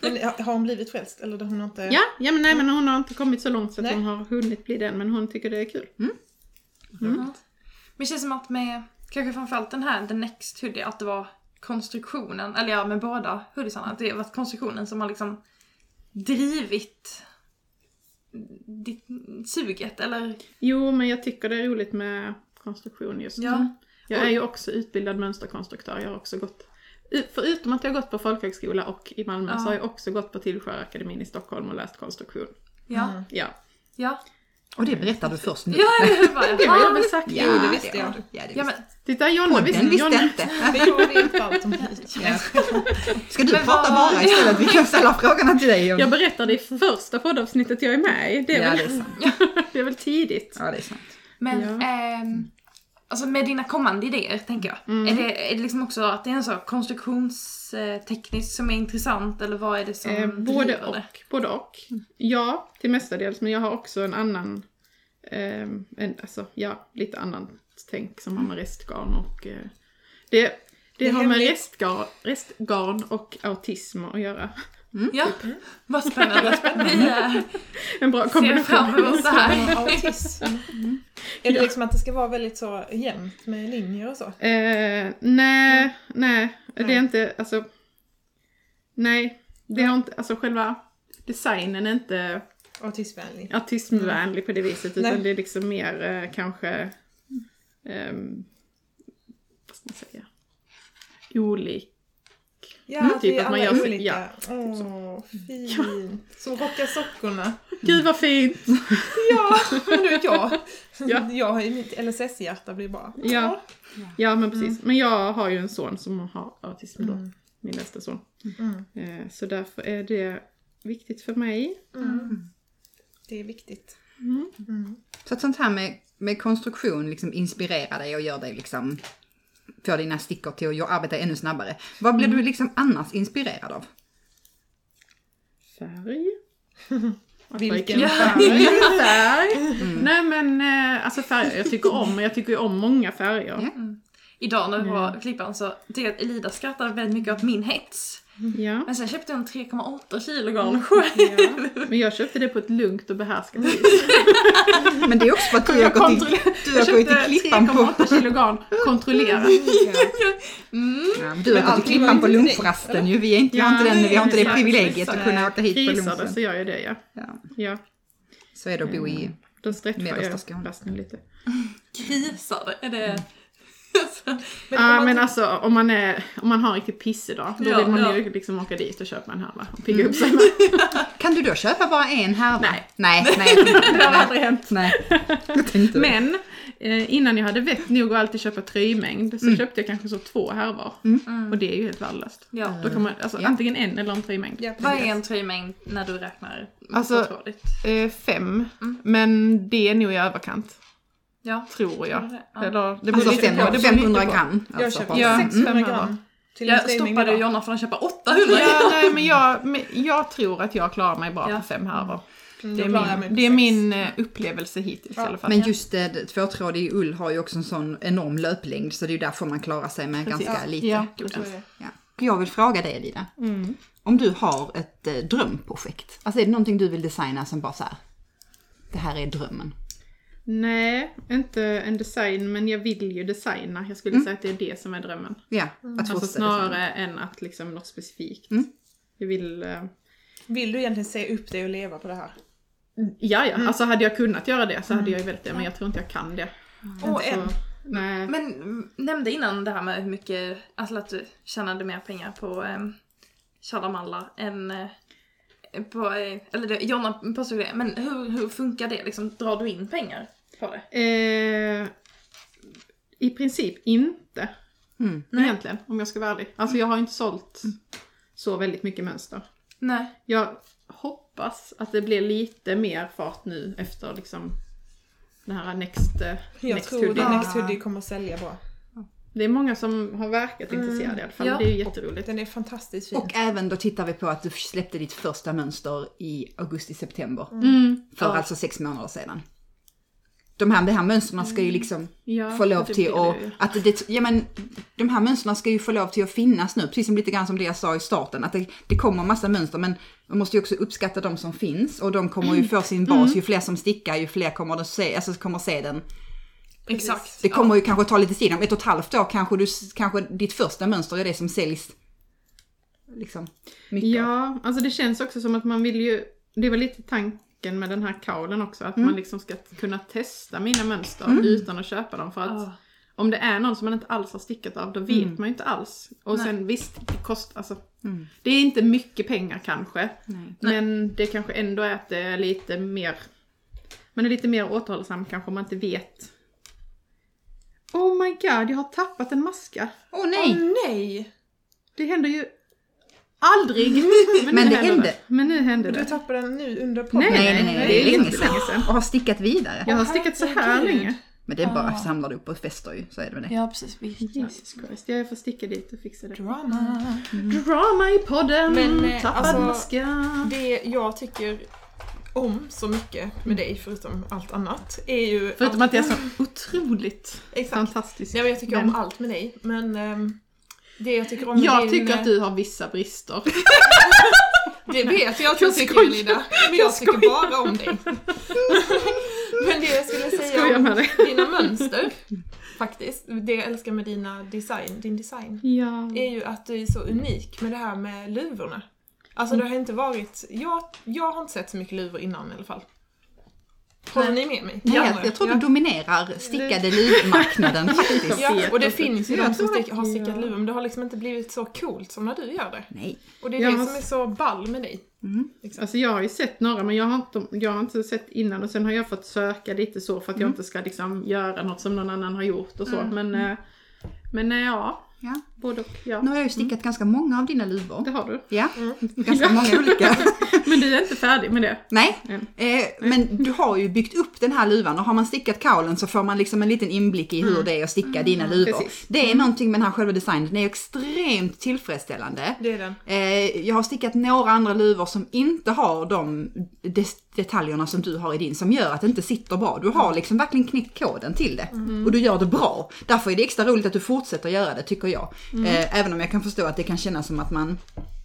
Men eh, har har hon blivit frälst? Eller har hon inte...
Ja, ja men, nej, men hon har inte kommit så långt så att
Nej.
hon har hunnit bli den men hon tycker det är kul. Mm.
Ja. Men det känns som att med, kanske framförallt den här, the next hoodie, att det var konstruktionen, eller ja med båda hoodiesarna, att det var konstruktionen som har liksom drivit ditt suget eller?
Jo men jag tycker det är roligt med konstruktion just.
Mm.
Jag är ju också utbildad mönsterkonstruktör. Jag har också gått, ut- förutom att jag har gått på folkhögskola och i Malmö
Ja.
så har jag också gått på Tillsjöakademin i Stockholm och läst konstruktion.
Ja.
Mm.
Ja.
Ja.
Och det berättar du först nu.
Ja, eller hur? Bara,
Det har jag
ja.
väl sagt.
Ja,
Jo, det visste jag.
Ja, det visste
ja men,
Titta Jonna
Podden
visste,
visste
Jonna,
inte.
Men jag vet allt om det.
Ska du
Men
prata
vad-
bara istället? Vi kan ställa frågorna till dig. Om...
Jag berättade i första poddavsnittet jag är med i. Det är,
Ja, det är
väl,
sant.
det är väl tidigt.
Ja, det är sant.
men
Ja.
ehm, alltså med dina kommande idéer tänker jag.
Mm.
Är, det, är det liksom också att det är en sån konstruktionsteknisk som är intressant eller vad är det som
Eh, både,
driver
och,
det?
både och. Ja, till mestadels. Men jag har också en annan, eh, en, alltså ja, lite annan tänk som har med restgarn och eh, det, det,
är
har med
hemligt.
restgarn, restgarn och autism att göra. Mm.
Ja, vad spännande. Vi eh,
En bra
ser
kombination.
fram emot det
Ah,
här.
Ja, Autism. Är det liksom att det ska vara väldigt så jämnt med linjer och så?
Eh, nej, nej, det är inte, alltså, nej, det har inte, alltså själva designen är inte
Autismvänlig.
autismvänlig på det viset utan
Nej.
det är liksom mer eh, kanske, ehm, vad ska man säga, olik.
Ja,
Mm,
att
typ
vi
att man
alla
gör Typ
är
sig-
olika. Åh, fint. Så rocka sockorna.
Gud vad fint!
Ja, men du, jag.
Ja.
Jag har ju mitt LSS-hjärta blir bara...
Ja, ja men precis. Men jag har ju en son som har autism då, min äldsta son.
Mm.
Eh, så därför är det viktigt för mig.
Mm. Det är viktigt. Mm.
Så att sånt här med, med konstruktion liksom inspirerar dig och gör dig liksom får dina stickor till att göra- arbeta ännu snabbare. Vad blir du liksom annars inspirerad av?
Färg. Att
Vilken
färg-
färg?
Vilken färg! Nej men eh, alltså färger jag tycker om, och jag tycker ju om många färger.
Idag när vi var klippan så tyckte jag att Elida skrattade väldigt mycket åt min hets.
Ja.
Men sen köpte hon 3,8 kilo garn själv.
Men jag köpte det på ett lugnt och behärskat vis.
Men det är också för att du
Jag
åker till,
kontrollerade-
du
Jag
åker till
köpte
klippan på,
3,8 kilo garn kontrollerat.
ja, du åker till
allting
klippan på
var ju inte
lunchrasten ju. Vi, är inte, vi har inte,
Ja,
den, vi har inte det
exakt,
privilegiet
exakt.
att kunna åka hit på
Krisar det
lunchen.
så gör jag det ja.
Ja,
ja.
så är det att bo i...
Då sträckar
Mellersta
jag
Skåne.
plasten lite.
Krisade. Är det... Alltså,
Ja
Men om man
men alltså om man, är, om man har en riktig pissedag då
Ja,
vill man
ja.
ju liksom åka dit och köpa en härva och pigga upp sig.
Kan du då köpa bara en härva?
Nej.
Nej, nej.
Det har aldrig hänt.
nej. Jag tänkte det.
Men eh, innan jag hade vett nog att alltid köpa trymängd så köpte jag kanske så två härvor. Och det är ju helt värdelöst.
ja.
Då kan man, alltså,
Ja.
Antingen en eller en trymängd.
Ja,
Vad är
precis.
en tröjmängd när du räknar
Alltså-
trådigt?
Eh, fem,
Mm.
men det är nog i överkant.
Ja.
Tror jag.
det? Ja.
Eller, det
Alltså
beror lite
sen
på, det beror lite
500
på.
gram.
Jag
Alltså,
köpte
bara-
Ja.
600
Mm.
gram. Till en
Jag
tröjning
stoppade
idag.
Jonna från att köpa 800
Ja, nej, men jag, men jag tror att jag klarar mig bra
Ja.
på fem härvor.
Mm,
Det är
då klarar jag
min,
mig på
det är
sex.
min eh, upplevelse hittills i alla fall.
Men just eh, det, tvåtrådig ull har ju också en sån enorm löplängd så det är ju därför man klarar sig med
Precis.
ganska
Ja.
lite.
Ja.
Så är det.
Ja. Jag vill fråga dig Elina,
Mm.
om du har ett eh, drömprojekt, alltså är det någonting du vill designa som bara så här, det här är drömmen?
Nej, inte en design, men jag vill ju designa. Jag skulle säga att det är det som är drömmen.
Ja, att
Alltså
fortsätta designa.
snarare än att liksom något specifikt. Jag vill... eh,
Vill du egentligen se upp dig och leva på det här?
Ja, ja.
Mm.
Alltså hade jag kunnat göra det så hade jag ju velat det, men jag tror inte jag kan det.
Och
Så,
en.
nej.
Men mm, nämnde innan det här med hur mycket, alltså att du tjänade mer pengar på ehm, Chadamalla än eh, på, eh, eller det, Jonna påstod det, men hur, hur funkar det liksom? Drar du in pengar på det?
Eh, I princip inte.
Mm.
Egentligen, om jag ska vara ärlig. Alltså jag har inte sålt
Mm.
så väldigt mycket mönster.
Nej.
Jag hoppas att det blir lite mer fart nu efter liksom den här next, eh,
Jag
next
tror
hoodie.
att
Ja.
Next Hoodie kommer att sälja bra.
Det är många som har verkat intresserade i alla fall.
Ja.
Det är ju jätteroligt.
Den är fantastiskt fin.
Och även då tittar vi på att du släppte ditt första mönster i augusti-september.
Mm.
För alltså sex månader sedan. De här, de här mönstren ska ju liksom
Mm. Ja,
få lov
det
till
blir det
att...
ju.
Att det, ja, men, de här mönstren ska ju få lov till att finnas nu, precis som lite grann som det jag sa i starten. Att det, det kommer massa mönster men man måste ju också uppskatta de som finns och de kommer ju
Mm.
få sin bas. Ju fler som stickar ju fler kommer att se, alltså, kommer att se den.
Exakt.
Det kommer ju kanske ta lite tid, om ett och ett halvt år kanske, du, kanske ditt första mönster är det som säljs. Liksom, mycket.
Ja, alltså det känns också som att man vill ju, det var lite tanken med den här kaulen också, att man liksom ska kunna testa mina mönster utan att köpa dem för att
Ja.
om det är någon som man inte alls har stickat av, då vet man ju inte alls. Och sen visst, det kostar, alltså, det är inte mycket pengar kanske, men det kanske ändå är att det är lite mer, man är lite mer återhållsam kanske om man inte vet. Oh my god, jag har tappat en maska!
Åh nej!
nej!
Det händer ju aldrig!
Men
nu händer
det hände.
Men nu händer det.
Du tappade den nu under podden.
Nej,
Nej,
nej,
nej, nej, det är länge sedan.
jättelänge sedan.
Och har stickat vidare.
Jag har stickat så här
Herregud.
länge.
Men det är bara samlar du upp på fester ju, så är det väl det.
Ja, precis. Vi
Jesus Christ, jag får sticka dit och fixa det.
Drama.
Drama i podden,
Men, eh,
tappad
alltså-
maska.
Det jag tycker om så mycket med dig, förutom allt annat, är ju...
Förutom att det är så otroligt
Exakt.
fantastiskt.
Ja, men jag tycker
Men-
om allt med dig, men ehm, det jag tycker om med
Jag
dig,
tycker
men,
att du har vissa brister.
Det vet jag att jag
Jag
tycker
skojar.
Elida, men jag tycker bara om dig. men det jag skulle säga
Skojar
om
med dig.
dina mönster, faktiskt, det jag älskar med dina design, din design,
Ja.
är ju att du är så unik med det här med luvorna. Alltså det har inte varit, jag, jag har inte sett så mycket luvor innan i alla fall. Håller ni med mig?
Nej,
Ja.
jag, jag tror
Ja.
du dominerar stickade livmarknaden faktiskt.
Ja,
fet
och det
också.
finns ju
Jag
de som
tror att-
stick, har stickat
ja.
luvor men det har liksom inte blivit så coolt som när du gör det.
Nej.
Och det är
Jag
det
måste-
som är så ball med dig.
Alltså jag har ju sett några men jag har, inte, jag har inte sett innan och sen har jag fått söka lite så för att
Mm.
jag inte ska liksom göra något som någon annan har gjort och så. Men, eh, men eh, ja,
Ja.
både och. Ja,
Nu har jag ju stickat ganska många av dina
det
luvor.
har du.
Mm. Ja, ganska många olika.
Men du är inte färdig med det.
Nej,
Mm.
eh, men du har ju byggt upp den här luvan och har man stickat kaulen så får man liksom en liten inblick i hur
Mm.
det är att sticka dina luvor.
Precis.
Det är någonting med den här själva designen, den är extremt tillfredsställande.
Det är den.
Eh, jag har stickat några andra luvor som inte har de des- detaljerna som du har i din som gör att det inte sitter bra. Du har liksom verkligen knäckt koden till det
Mm.
och du gör det bra. Därför är det extra roligt att du fortsätter göra det tycker jag.
Mm.
Eh, även om jag kan förstå att det kan kännas som att man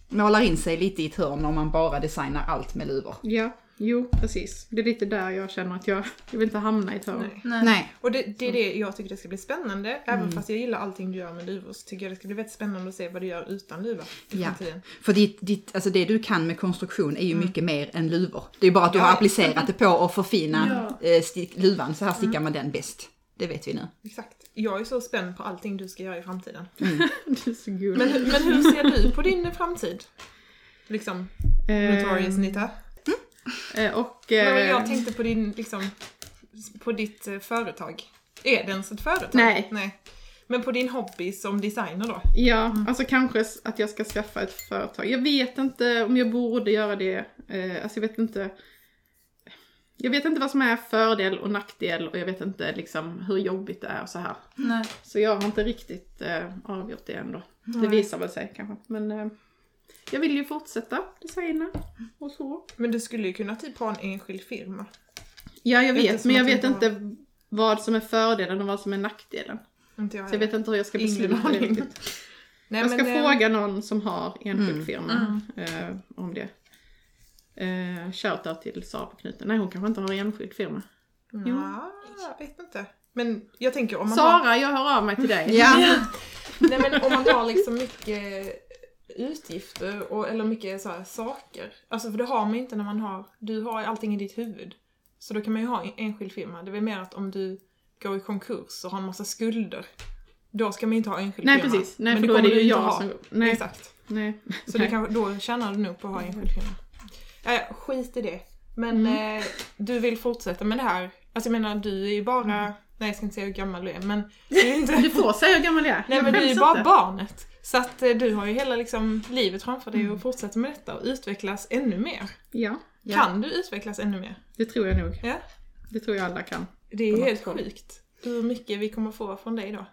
målar in sig lite i ett hörn om man bara designar allt med luvor.
Ja, jo precis. Det är lite där jag känner att jag, jag vill inte hamna i ett hörn.
Nej.
Nej.
Nej.
Och det, det är det jag tycker det ska bli spännande. Även
Mm.
fast jag gillar allting du gör med luvor så tycker jag det ska bli väldigt spännande att se vad du gör utan luva i
Ja.
framtiden.
För ditt, ditt, alltså det du kan med konstruktion är ju mycket mer än luvor. Det är bara att du har
Mm. Ja.
applicerat det på och förfinat eh, stick, luvan. Så här stickar man den bäst. Det vet vi nu.
Exakt. Jag är så spänd på allting du ska göra i framtiden.
Du är så gullig.
Men, hur- men hur ser du på din framtid? Liksom, Notorious
eh,
Nita.
eh, och...
Men
Eh,
jag tänkte på din, liksom, på ditt eh, företag. Är det ens ett företag?
Nej.
Nej. Men på din hobby som designer då?
ja, alltså kanske s- att jag ska skaffa ett företag. Jag vet inte om jag borde göra det. Eh, alltså jag vet inte. Jag vet inte vad som är fördel och nackdel och jag vet inte liksom hur jobbigt det är och så här.
Nej.
Så jag har inte riktigt eh, avgjort det ändå. Det visar väl sig kanske. Men eh, jag vill ju fortsätta designa och så.
Men du skulle ju kunna typ ha en enskild firma.
Ja, jag
Inte
vet,
som
men jag
att
vet
inte
inte vad som är fördelen och vad som är nackdelen.
Inte jag
Så jag
heller.
vet inte hur jag ska
Ingen
besluta det
aning.
riktigt.
Nej,
Jag Mm. ska
men, eh,
fråga någon som har enskild firma eh, om det. Eh, Shoutout till Sara på knuten. Nej, hon kanske inte har enskild firma.
Ja, jag vet inte. Men jag tänker om man har,
Sara, jag hör av mig till dig.
Ja.
nej, men om man har liksom mycket utgifter och, eller mycket så här saker. Alltså för det har man ju inte när man har, du har ju allting i ditt huvud. Så då kan man ju ha en enskild firma. Det är väl mer att om du går i konkurs och har en massa skulder. Då ska man ju inte ha enskild
Nej,
firma.
precis. Nej,
Men
för då är det ju
kommer du inte
jag
ha.
som... Nej,
Exakt.
nej.
Så det kan, då tjänar du nog på att ha enskild firma. Ja, ja, skit i det. Men
Mm.
eh, du vill fortsätta med det här. Alltså jag menar du är ju bara,
Mm.
nej jag ska inte säga hur gammal du är men du är ju inte,
Du får säga hur gammal jag är.
nej
Jag
men du är
skäms
ju bara
inte.
barnet. Så att eh, du har ju hela liksom livet framför dig och fortsätta med detta och utvecklas ännu mer.
Ja,
Mm. Ja.
Kan du utvecklas ännu mer?
det tror jag nog.
Ja.
Det tror jag alla kan.
Det är
något
helt
håll.
Mm.
sjukt. Hur mycket vi kommer få från dig då.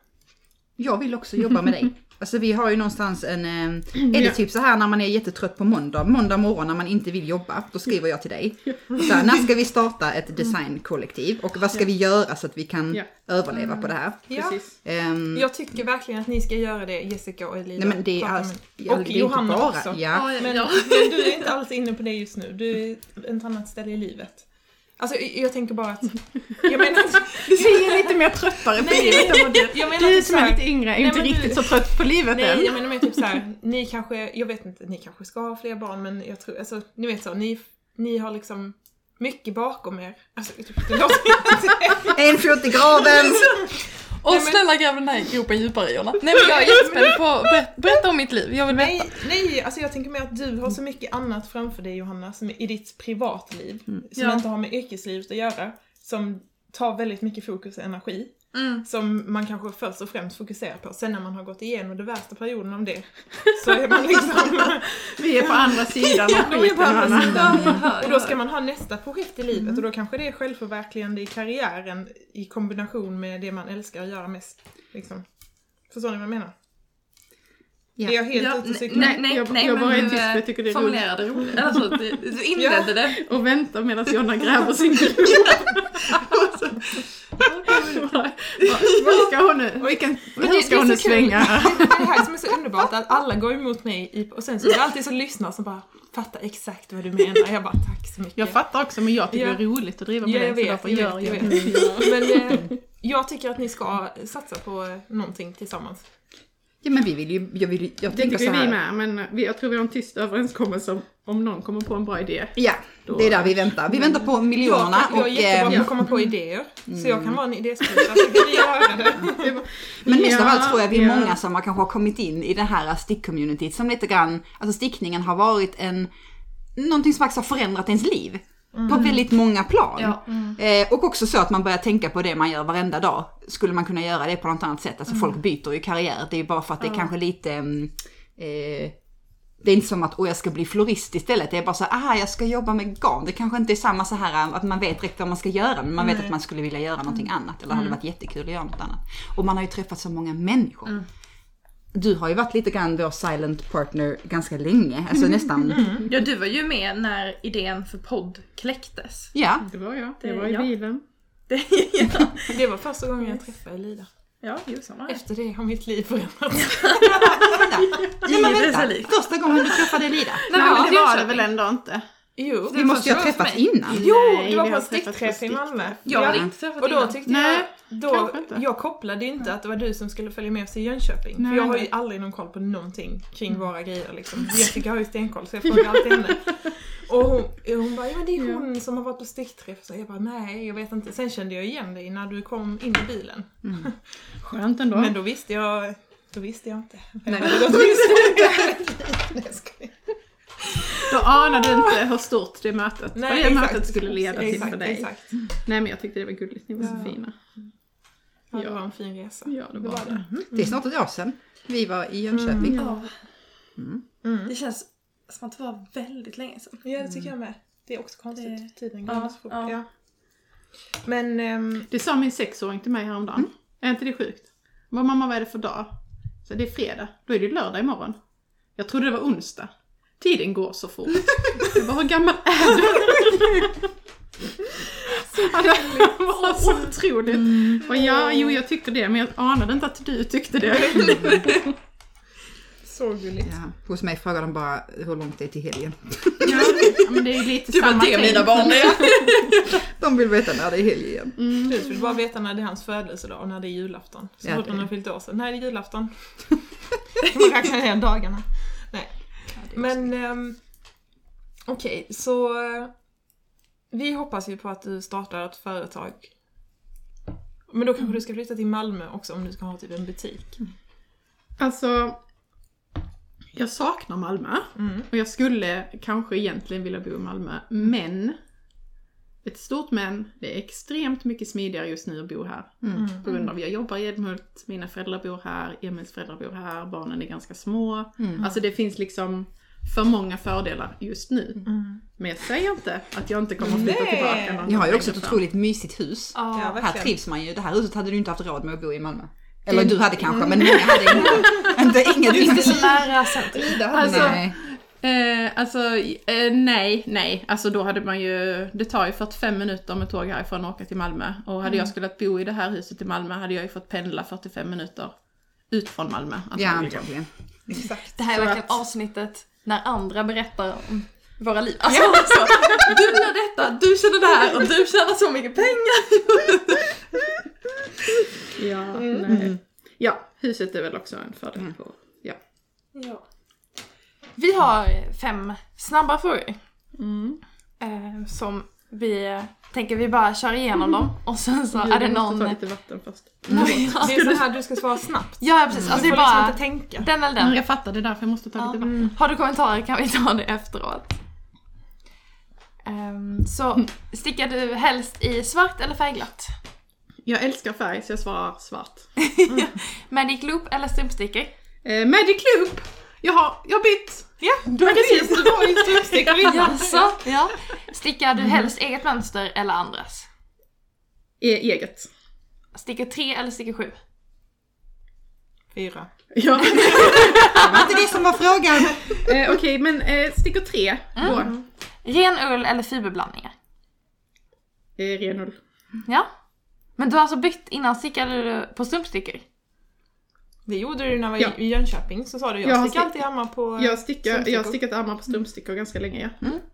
jag vill också jobba med dig. Alltså vi har ju någonstans en, eh, är det
Ja.
typ så här när man är jättetrött på måndag, måndag morgon när man inte vill jobba, då skriver jag till dig. Så här, när ska vi starta ett designkollektiv och vad ska vi göra så att vi kan
Ja.
överleva på det här?
Ja.
Precis.
Ehm,
Jag tycker verkligen att ni ska göra det, Jessica och Elina.
nej men det är
Prata
alls,
med-
ja,
Och
det är inte
Johanna
bara-
också.
Ja,
Men,
ja.
men du är inte alls inne på det just nu. Du är ett annat ställe i livet. Alltså jag tänker bara att... Jag menar att...
Du ser lite mer tröttare på livet än vad du...
Jag menar
Du
att
som
så här-
är lite yngre är
Nej,
inte
men du-
riktigt så trött på livet
Nej, jag
än.
menar mer typ såhär, ni kanske, jag vet inte, ni kanske ska ha fler barn men jag tror, alltså ni vet så, ni, ni har liksom mycket bakom er. Alltså typ, det låter
en fot i graven!
Och
Nej, men-
snälla gräv den här gropen djupare Jonna. Nej men jag är jättespänd på, ber, berätta om mitt liv, jag vill veta.
Nej, nej, alltså jag tänker mer att du har så mycket annat framför dig Johanna, som är i ditt privatliv, som
Ja.
inte har med yrkeslivet att göra, som tar väldigt mycket fokus och energi.
Mm.
Som man kanske först och främst fokuserar på. Sen när man har gått igenom den värsta perioden av det, så är man liksom...
Vi är på andra sidan av
de är
skiten.
på andra
Hanna.
sidan.
hör,
Och då ska man ha nästa projekt i
Mm.
livet och då kanske det är självförverkligande i karriären i kombination med det man älskar att göra mest. Liksom. Förstår ni vad jag menar?
Ja.
Är jag helt
Ja,
ute och
Nej,
cyklar?
nej, nej,
Jag-
nej
jag
men
bara är
du
tyst,
eh,
jag tycker det är
formulerade roligt. Alltså, du, du inledde det.
Och väntar medan Jonna gräver sin grop. Vad- Vad ska hon nu? Vilken, hur
det
ska
är
hon
så
nu
kul.
svänga?
Det är det här som är så underbart, att alla går emot mig i, och sen så är det alltid så lyssnar som bara fattar exakt vad du menar. Jag bara tack så mycket.
Jag fattar också men jag tycker
Ja.
det är roligt att driva med
Ja,
det
jag
så
vet,
därför
jag
gör
vet, jag
jag Mm.
vet. Men eh, jag tycker att ni ska satsa på eh, någonting tillsammans.
Ja men vi vill ju, jag, vill, ju- jag
Det
tänker så
tycker
här.
vi med men vi- jag tror vi har en tyst överenskommelse om, om någon kommer på en bra idé.
Ja, det är där vi väntar. Vi väntar på miljonerna
jag, jag är
och... ehm,
jättebra
eh,
på att komma
mm.
på idéer, så jag kan vara en idéspridare. Så kan ni göra det.
Men mest av
Ja,
allt tror jag vi är
ja.
många som har kanske har kommit in i det här stickcommunityt som lite grann, alltså stickningen har varit en, någonting som faktiskt har förändrat ens liv. På
Mm.
väldigt många plan.
Ja.
Eh, och också så att man börjar tänka på det man gör varenda dag. Skulle man kunna göra det på något annat sätt? Alltså
Mm.
folk byter ju karriär, det är ju bara för att det är kanske lite mm, eh, det är inte som att åh jag ska bli florist istället, det är bara så här, aha jag ska jobba med garn. Det kanske inte är samma så här att man vet direkt vad man ska göra, men man vet att man skulle vilja göra någonting annat. Eller hade varit jättekul att göra något annat. Och man har ju träffat så många människor. Du har ju varit lite grann vår silent partner ganska länge, alltså nästan,
Ja du var ju med när idén för podd kläcktes.
ja.
Det var jag, det
Det-
var i
ja.
bilen.
ja.
Det var första gången jag träffade Elida.
ja, jo samma här.
Efter det har mitt liv förändrats.
Nej men
det är så
vänta,
likt.
första gången du träffade Lida.
Nej
ja,
men det var det
Jönköping.
väl ändå inte?
Jo,
Vi måste ju ha träffats innan.
jo
Nej,
det var
vi
på
har
en
träffats på
stickträff i
stick.
Malmö.
Jag hade
Ja.
inte träffat
Och då
innan.
tyckte
Nej,
jag, då,
kanske inte.
jag kopplade ju inte att det var du som skulle följa med oss i Jönköping.
Nej,
för jag har ju
nej. Mm.
aldrig någon koll på någonting kring våra grejer liksom. Jessica har ju stenkoll så jag frågar alltid henne. Och hon, hon bara, ja men det är hon som har varit på stickträff. Så jag bara, nej jag vet inte. Sen kände jag igen dig när du kom in i bilen.
Skönt ändå.
Men då visste jag, då visste jag inte.
Nej.
Nej. Då visste jag inte. Nej, jag skojar.
Då anade du inte hur stort det mötet, vad det
exakt.
mötet skulle leda till
exakt,
för dig.
Exakt.
Nej men jag tyckte det var gulligt, ni var så
Ja.
fina.
Ja, det
Ja.
var en fin resa.
Ja det var
var
det.
Det är snart ett år sedan vi var i Jönköping.
Ja. Det känns som att det var väldigt länge sedan.
Ja, det tycker jag med. Det är också konstigt.
Mm. Det-
Tiden
Ja,
går så fort.
ja.
Ja. Men ehm,
Det sa min sexåring till mig häromdagen. Är inte det sjukt? Vad mamma vad är det för dag? Så det är fredag, då är det ju lördag imorgon. Jag trodde det var onsdag. Tiden går så fort. Jag bara, hur gammal är du? Ja, det var så otroligt. Och ja, jo jag tycker det men jag anade inte att du tyckte det.
Så gulligt.
Ja. Hos mig frågade de bara hur långt det är till helgen.
Ja, men det är ju lite
Du
samma
var det
tänk.
mina barn är.
De vill veta när det är helg igen.
Du vill bara veta när det är hans födelsedag och när det är julafton. Så
Ja,
fort
det-
han har fyllt år så, när är det julafton? kan man räkna ner dagarna. Nej. Men ehm, okej, så eh, vi hoppas ju på att du startar ett företag. Men då kanske du ska flytta till Malmö också om du ska ha typ en butik.
Alltså, jag saknar Malmö.
Mm.
Och jag skulle kanske egentligen vilja bo i Malmö, men ett stort men, det är extremt mycket smidigare just nu att bo här.
Mm.
På grund av, jag jobbar i Älmhult, mina föräldrar bor här, Emils föräldrar bor här, barnen är ganska små. Alltså det finns liksom för många fördelar just nu. Men jag säger inte att jag inte kommer att flytta
Nej.
tillbaka någon
Ni har ju
gång
också ett
längre fram.
otroligt mysigt hus.
Ja,
Här
verkligen.
trivs man ju. Det här huset hade du inte haft råd med att bo i Malmö. Eller du hade kanske, men många hade inte. inte ingen
Du är inte
inte
så nära centrum.
Ida hade
Alltså-
nej.
Eh, alltså eh, nej, nej. Alltså då hade man ju, det tar ju 45 minuter med tåg härifrån och åka till Malmö. Och hade jag skulle bo i det här huset i Malmö hade jag ju fått pendla 45 minuter ut från Malmö. Alltså,
Ja,
antagligen.
antagligen.
Exakt.
Det här är
Så
verkligen
att-
avsnittet när andra berättar om våra liv. Alltså, så, du gör detta, du känner det här och du tjänar så mycket pengar.
Ja,
Mm.
nej. ja, huset är väl också en fördel på. Ja.
Vi har fem snabba frågor. Eh, som vi tänker vi bara kör igenom dem och sen så är det
Jag måste
någon...
ta lite vatten först.
Det är så här du ska svara snabbt.
Ja, ja, precis. Alltså
Du
det är
får liksom
bara
inte tänka.
den eller
Mm,
den.
Jag fattar, det är därför jag måste ta
Ja.
lite vatten.
Har du kommentarer kan vi ta det efteråt. Ehm, så stickar du helst i svart eller färgglatt?
Jag älskar färg så jag svarar svart.
Magic loop eller strumpstickor?
Eh, Magic Loop! Jag har, jag har bytt!
Ja,
du har precis, du var ju strumpstickor
Jaså? Ja. Alltså, Mm. Stickar du helst eget mönster eller andras?
Eget.
Sticker tre eller sticker sju?
Fyra.
Ja.
Det
Mm.
var inte det som var frågan.
Eh, Okej, men eh, stickor tre
Mm.
då.
Ren ull eller fiberblandningar?
Eh, renull.
Ja. Men du har alltså bytt, innan stickade du på strumpstickor?
Det gjorde du när jag var
Ja.
i Jönköping, så sa du
Jag
jag,
har
sticker
stick-
alltid hemma på...
Jag, stickar, jag har
strumpstickor.
stickat armar på strumpstickor ganska länge
Mm.
ja.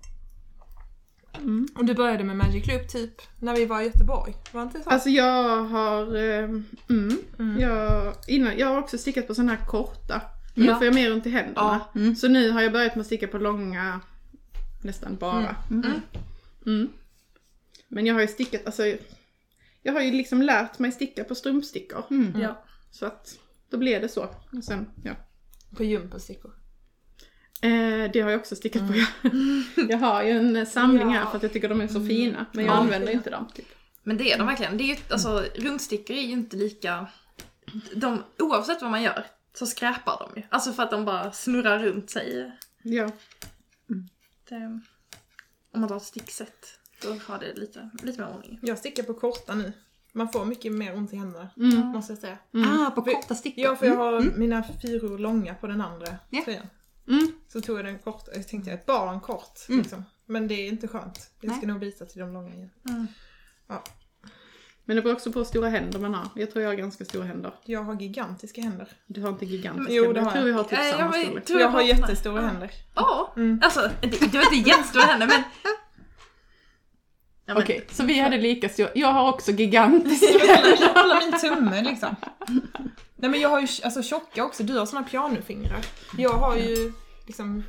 Och du började med Magic Loop typ när vi var i Göteborg, var det inte så?
Alltså jag har, eh, mm, Jag, innan, jag har också stickat på sådana här korta. Men
Ja.
då får jag mer runt i händerna.
Ja. Mm.
Så nu har jag börjat med att sticka på långa, nästan bara.
Mm.
Mm. Men jag har ju stickat, alltså jag har ju liksom lärt mig sticka på strumpstickor.
Ja.
Så att då blev det så. Och sen, ja.
På gympastickor.
Eh, det har jag också stickat på. ja. jag har ju en samling här för att jag tycker de är så fina. Men jag
Ja.
använder ju inte dem. Typ.
Men det är de verkligen. Det är ju, alltså, rundstickor är ju inte lika... De, oavsett vad man gör så skräpar de ju. Alltså för att de bara snurrar runt sig.
Ja.
Det, eh, om man tar ett stickset då har det lite, lite mer ordning.
Jag stickar på korta nu. Man får mycket mer ont i händerna,
Mm.
måste jag säga.
Ah, på korta stickor.
Ja, för jag har mina fyror långa på den andra
Ja.
tröjan.
Mm.
Så tog jag den kort, jag tänkte jag bara en kort liksom. Men det är inte skönt. Jag ska nog byta till de långa igen.
Men det beror också på hur stora händer man har. Jag tror jag har ganska stora händer.
Jag har gigantiska händer.
Du har inte gigantiska
Jo, det
händer. Jag
har
tror vi
jag.
har typ
Eh,
samma
jag var-
storlek.
tror
Jag har
på-
jättestora
Ja.
händer.
Ja,
Mm.
alltså det, det var inte jättestora händer men... Ja, men
Okej, så vi hade lika stora. Jag har också gigantiska.
Kolla min tumme liksom. Nej men jag har ju alltså, tjocka också, du har såna pianofingrar. Jag har ju liksom,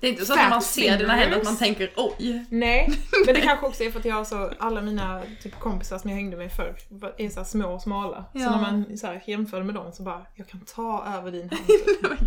Det är inte så att när man ser dina händer att man
fingers.
tänker oj.
nej. Men det kanske också är för att jag har så, alla mina typ, kompisar som jag hängde med förr var- är så här små och smala.
Ja.
Så när man så här, jämför med dem så bara, jag kan ta över din hand.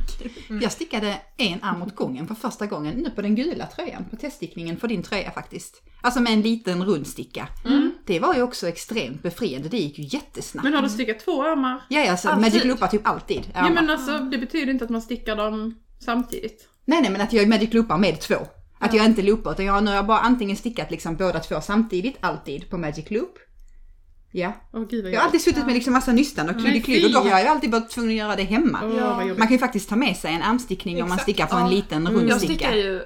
Mm. Jag stickade en arm åt gången för första gången, nu på den gula tröjan, på teststickningen för din tröja faktiskt. Alltså med en liten rund sticka.
Mm.
Det var ju också extremt befriande, det gick ju jättesnabbt.
Men har du stickat två armar?
ja, ja, alltså,
Alltid.
Magic Loopar typ alltid.
Ja,
armar.
men alltså det betyder inte att man stickar dem samtidigt.
Nej, nej, men att jag Magic Loopar med två. Att jag inte loopar, utan jag, nu har jag bara antingen stickat liksom båda två samtidigt, alltid, på Magic Loop. Ja,
Åh gud vad
jag har alltid suttit med liksom massa nystan och kludd och då har jag ju alltid varit tvungen att göra det hemma.
Åh, vad jobbigt.
Man kan ju faktiskt ta med sig en armstickning om man
Exakt,
stickar på
ja.
en liten rund
Jag
sticka.
stickar ju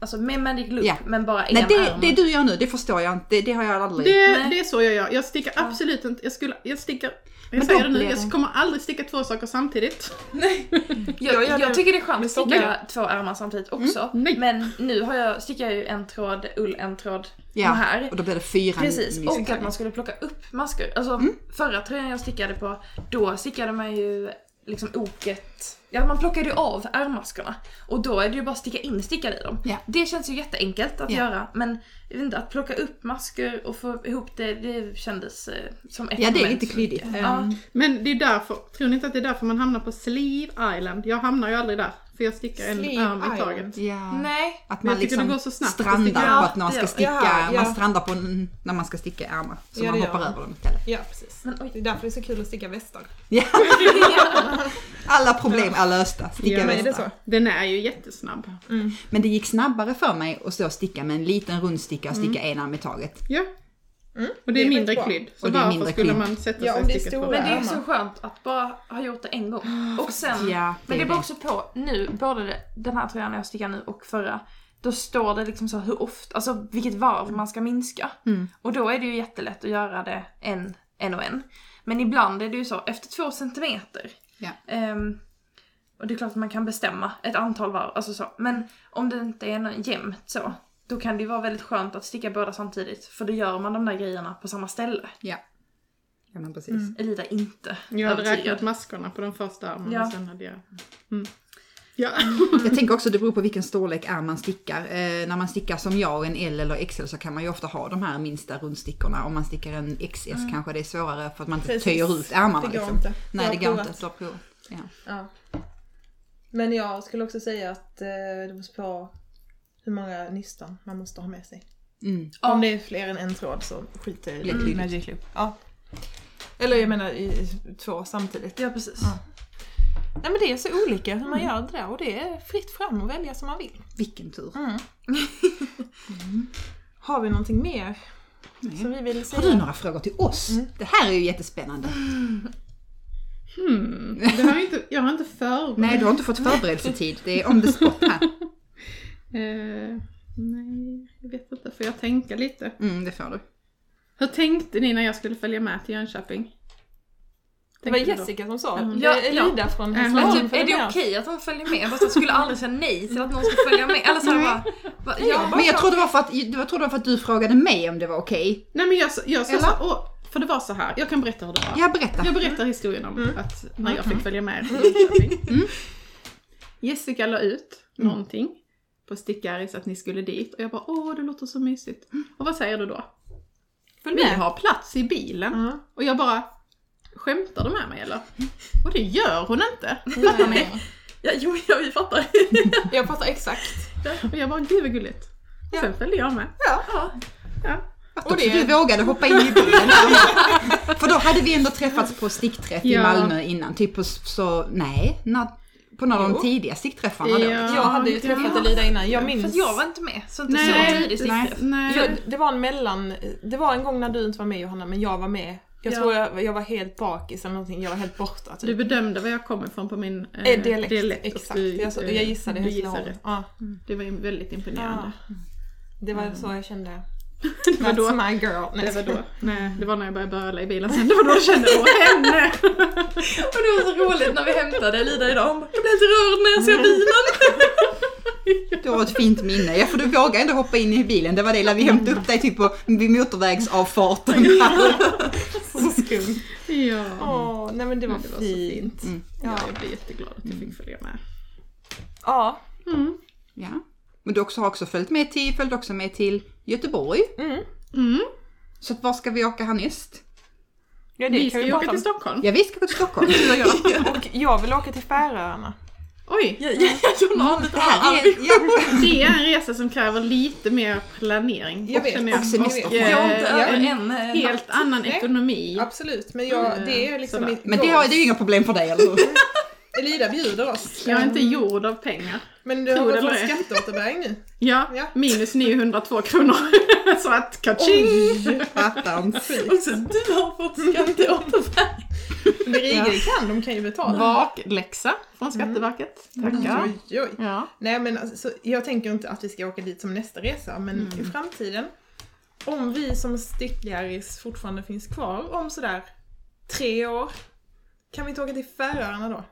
alltså, med Magic Loop
Ja.
men bara en
Nej, det,
arm.
det du gör nu, det förstår jag inte. Det, det har jag aldrig...
Det,
Nej.
det är så jag gör. Jag stickar absolut inte, jag skulle, jag stickar, jag
Men
säger
då
det nu,
blir det-
jag kommer aldrig sticka två saker samtidigt.
Jag,
Jag gör
jag,
det
tycker det Mm. är skönt att
stockar.
sticka två ärmar samtidigt också.
nej.
men nu har jag, stickar jag ju en tråd ull, en tråd
Ja,
de här.
och då blir det fyra
Precis,
nystackar.
och att man skulle plocka upp masker. Alltså
Mm.
förra tröjan jag stickade på, då stickade man ju liksom oket, ja man plockade ju av ärmmaskorna. Och då är det ju bara att sticka in stickar i dem.
Ja.
Det känns ju jätteenkelt att
Ja.
göra men jag vet inte, att plocka upp masker och få ihop det, det kändes eh, som ett
Ja, det är Ehm.
moment.
lite klyddigt.
Ja.
Men det är därför, tror ni inte att det är därför man hamnar på Sleeve Island? Jag hamnar ju aldrig där, för jag stickar en
Sleeve
arm i
Island.
taget.
Ja.
Nej.
Att
Men
man
jag tycker
liksom
det går så snabbt. Jag
strandar
tycker-
på att man
Ja,
ska
ja,
sticka,
ja.
man strandar på n- när man ska sticka ärmar. Så
Ja,
man
det gör
hoppar
man.
över dem istället.
Ja precis.
Men oj.
Det är därför det är så kul att sticka västar.
Ja. Alla problem är lösta. Sticka
Ja,
Men
men,
är det så?
Den är ju jättesnabb.
Mm. men det gick snabbare för mig att stå och sticka med en liten rund sticka och sticka en arm i taget.
Ja. Och det är
Mm. Det är
mindre
faktiskt bra.
klydd. Så
Och det är
varför
mindre
skulle
klydd.
man sätta
Ja,
sig
om det är
sticket på
stora.
det?
Men det är ju så skönt att bara ha gjort det en gång. Och sen,
Mm, ja, det
men det
är
beror
det.
också på nu, både det- den här tröjan jag stickar nu och förra, då står det liksom så hur ofta, alltså vilket varv man ska minska.
Mm.
Och då är det ju jättelätt att göra det en, en och en. Men ibland är det ju så, efter två centimeter.
Ja.
ehm, och det är klart att man kan bestämma ett antal varv, alltså så. Men om det inte är någon jämnt så, då kan det ju vara väldigt skönt att sticka båda samtidigt. För då gör man de där grejerna på samma ställe.
Ja. Mm. Ja men precis.
Elida inte
Jag hade
övertygad.
räknat maskorna på den första armen
Ja.
och sen hade jag... Mm. Ja.
Jag tänker också det beror på vilken storlek är man stickar. Eh, när man stickar som jag, en L eller XL, så kan man ju ofta ha de här minsta rundstickorna. Om man stickar en XS kanske det är svårare för att man inte
Precis.
töjer ut ärmarna.
Det går
liksom.
inte.
Nej,
Jag
Mm. det
har
går
provat.
inte. Du har provat. Ja.
Ja. Men jag skulle också säga att eh, det beror på hur många nystan man måste ha med sig.
Mm.
Om det är fler än en tråd så skiter jag i
Lätt
det. Magic Loop. Ja. Eller jag menar i, i två samtidigt.
Ja precis.
Ja. Nej men det är så olika hur man gör det där och det är fritt fram att välja som man vill.
Vilken tur.
Har vi någonting mer
Nej.
som vi vill säga?
Har du några frågor till oss? Det här är ju jättespännande.
Hmm. Det har jag, inte, jag har inte förberett.
Nej, du har inte fått förberedelsetid. Det är on the spot här.
Eh, nej, jag vet inte. Får jag tänka lite?
Mm, det får du.
Hur tänkte ni när jag skulle följa med till Jönköping?
Det var
Tänkte ni då?
Jessica som sa
Mm.
det.
Ja,
är
ja.
Lida från
Mm.
Men
Ja,
typ,
Hässleholm.
är det okej att hon följer med? Fast jag skulle aldrig säga nej till att någon ska följa med. Eller så här bara, bara, ja,
Men jag tror det var för att, jag tror det var för att du frågade mig om det var okej.
Nej men jag, sa- jag sa
Eller?
så, åh, för det var så här. jag kan berätta hur det var.
Ja, berätta.
Jag berättar historien om
Mm.
att när jag fick följa med till Jönköping. Jessica la ut
Mm.
någonting på Stickaris att ni skulle dit och jag bara åh det låter så mysigt. Och vad säger du då? Vi har plats i bilen.
Mm.
Ja.
Och jag bara skämtar du med mig eller? Och det gör hon inte. Fattar ni?
ja, jo, ja, vi fattar.
Jag fattar exakt.
Och jag bara gud vad gulligt. Och sen följde jag med.
Ja.
Ja.
Att
Och
också
det-
du vågade hoppa in i bilen. där. För då hade vi ändå träffats på stickträff i
Ja.
Malmö innan. Typ på, s- så, nej, när, på några av de
Jo.
tidiga stickträffarna då.
Ja.
Jag hade ju
det-
träffat Elida innan. Jag
För
minns.
att jag var inte med. Så inte så
Nej,
tidigt.
nej,
För
nej.
det var en mellan... Det var en gång när du inte var med Johanna, men jag var med. Jag
Ja.
tror jag, jag var helt bakis eller någonting. Jag var helt borta. Typ.
Du bedömde var jag kom ifrån på min eh,
Eh, dialekt,
dialekt och
exakt.
du, eh,
jag, så- jag gissade
du gissade.
Hässleholm.
rätt.
Ja.
Det var ju väldigt imponerande.
Det var så jag kände.
Det var Mm. då.
That's my girl.
Det var då. Nej, det var när jag började böla i bilen sen. Det var då jag kände åh henne!
Och det var så roligt när vi hämtade Elida idag. Hon bara, jag blir lite rörd när jag ser bilen.
Du har ett fint minne. Ja, för du vågade ändå hoppa in i bilen. Det var det när vi hämtade upp dig typ på, vid motorvägsavfarten.
så skumt.
Ja.
Åh, nej men det var,
det var så
fint. Mm.
fint. Mm. Ja.
Ja. Mm.
Jag blev jätteglad att jag fick följa med.
Ja.
Mm.
Ja. Men du också har också följt med till, följt också med till Göteborg.
Mm.
Mm.
Så att var ska vi åka härnäst?
ja, det
Vi
kan
ska
vi
ju åka
prata
till
om.
Stockholm.
Ja, vi ska gå till Stockholm.
Och jag vill åka till Färöarna.
Oj!
Jag, jag, jag tror någon
Det här är, ja.
Det är en resa som kräver lite mer planering.
Jag vet.
känner
Och
Och,
semester.
eh,
jag har inte
Ja.
över en eh, natt.
helt annan
Nej.
ekonomi.
Absolut, men jag, det är liksom
Mm. Sådär.
mitt
Men det,
goal.
har, det är ju inga problem för dig, eller hur?
Elida bjuder oss.
Jag är inte gjord av pengar.
Men du har
Tror
gått
det
på
eller ej.
skatteåterbäring nu.
Ja,
Ja.
minus 902 kronor. Så att kaching!
Fattar inte.
Och så du har fått skatteåterbäring.
Men Det Rigel kan, de kan ju betala.
Bakläxa från Skatteverket. Tackar.
Mm. Oj, oj.
Ja.
Nej men alltså, så jag tänker inte att vi ska åka dit som nästa resa, men
Mm.
i framtiden. Om vi som sticklaris fortfarande finns kvar om sådär tre år, kan vi inte åka till Färöarna då?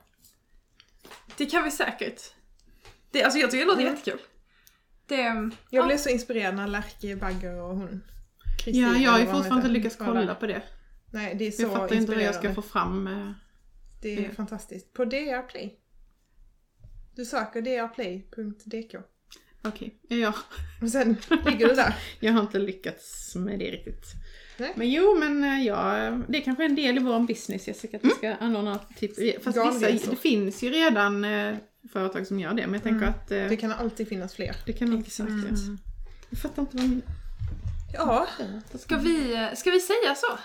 Det kan vi säkert. Det, alltså jag tycker det låter
Mm.
jättekul. Det,
Jag
ja.
blev så inspirerad när Lärke Bagger och hon Kristina,
ja, jag har
eller
ju
vad hon
fortfarande inte
heter,
lyckats
var där.
kolla på det.
Nej, det är så
Jag fattar inte hur jag ska
inspirerande.
få fram... eh,
Det är
Mm.
fantastiskt. På DR Play. Du söker drplay.dk
Okej, ja,
och sen ligger du där.
jag har inte lyckats med det riktigt.
Nej.
Men jo, men eh, ja, det är kanske är en del i vår business Jessica, att
Mm.
vi ska anordna typ... Fast
Galresor.
vissa, det finns ju redan eh, företag som gör det, men jag tänker att... eh,
Det kan alltid finnas fler.
Det kan inte sagt ja. Jag fattar inte vad min...
Ja,
ska, vi, ska vi säga så?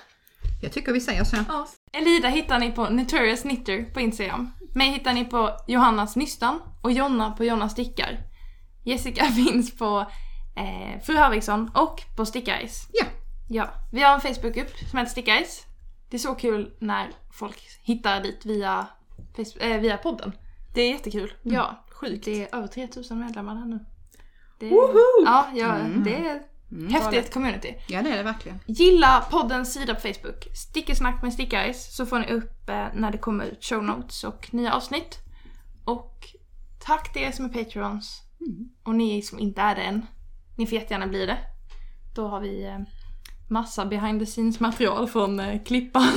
Jag tycker vi säger så.
Ja. Elida hittar ni på Notorious Knitter på Instagram. Mig hittar ni på Johannas Nystan och Jonna på Jonna Stickar. Jessica finns på eh, Fru Arvidsson och på Stickaris.
Ja,
Ja, vi har en Facebookgrupp som heter Stickguys. Det är så kul när folk hittar dit via, Facebook, eh, via podden. Mm.
Det är jättekul.
Ja,
Sjukt.
det är över 3000 medlemmar där nu. Det är,
Woho! Mm.
ja, ja, det är
Mm.
häftigt community.
Ja, det är det verkligen.
Gilla poddens sida på Facebook, Stickesnack med Stickguys, så får ni upp eh, när det kommer ut show notes och nya avsnitt. Och tack till er som är Patreons
Mm.
och ni som inte är det än. Ni får jättegärna bli det. Då har vi eh, massa behind the scenes material från eh, Klippan.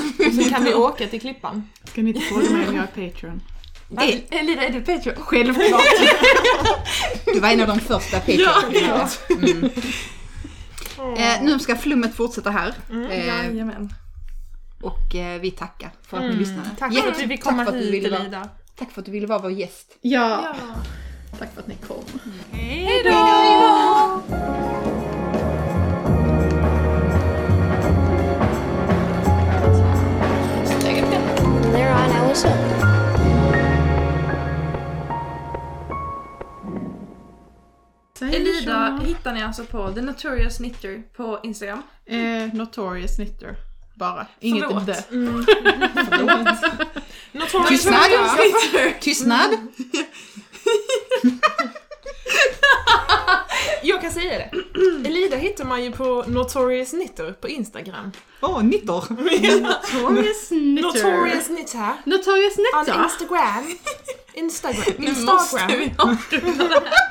Så kan vi åka till Klippan.
Ska ni inte fråga mig om jag är Patreon?
Det,
Elida, är du Patreon? Självklart!
du var en av de första Patreon.
Ja.
eh, nu ska flummet fortsätta här.
Mm.
eh,
Jajamän.
och eh, vi tackar för att ni lyssnade.
Mm. Tack
Jätte-
för att vi fick komma
tack för att du
hit
ville vara-
Elida.
Tack för att du ville vara vår gäst.
Ja,
Ja.
tack för att ni kom.
Hejdå!
From there on, I was hooked.
Elida hittar ni alltså på The Notorious Knitter på Instagram.
Eh, notorious Snitter. Bara. Inget
Förlåt.
det.
Notorious
Tystnad!
Knitter!
Tystnad!
Jag kan säga det.
Elida hittar man ju på Notorious Knitter på Instagram.
Åh, nitter!
Notorious Um, Snitter.
Notorious Knitter
Notorious
on
Knitter.
Instagram. Instagram.
Nu måste
Instagram.
vi avsluta det här.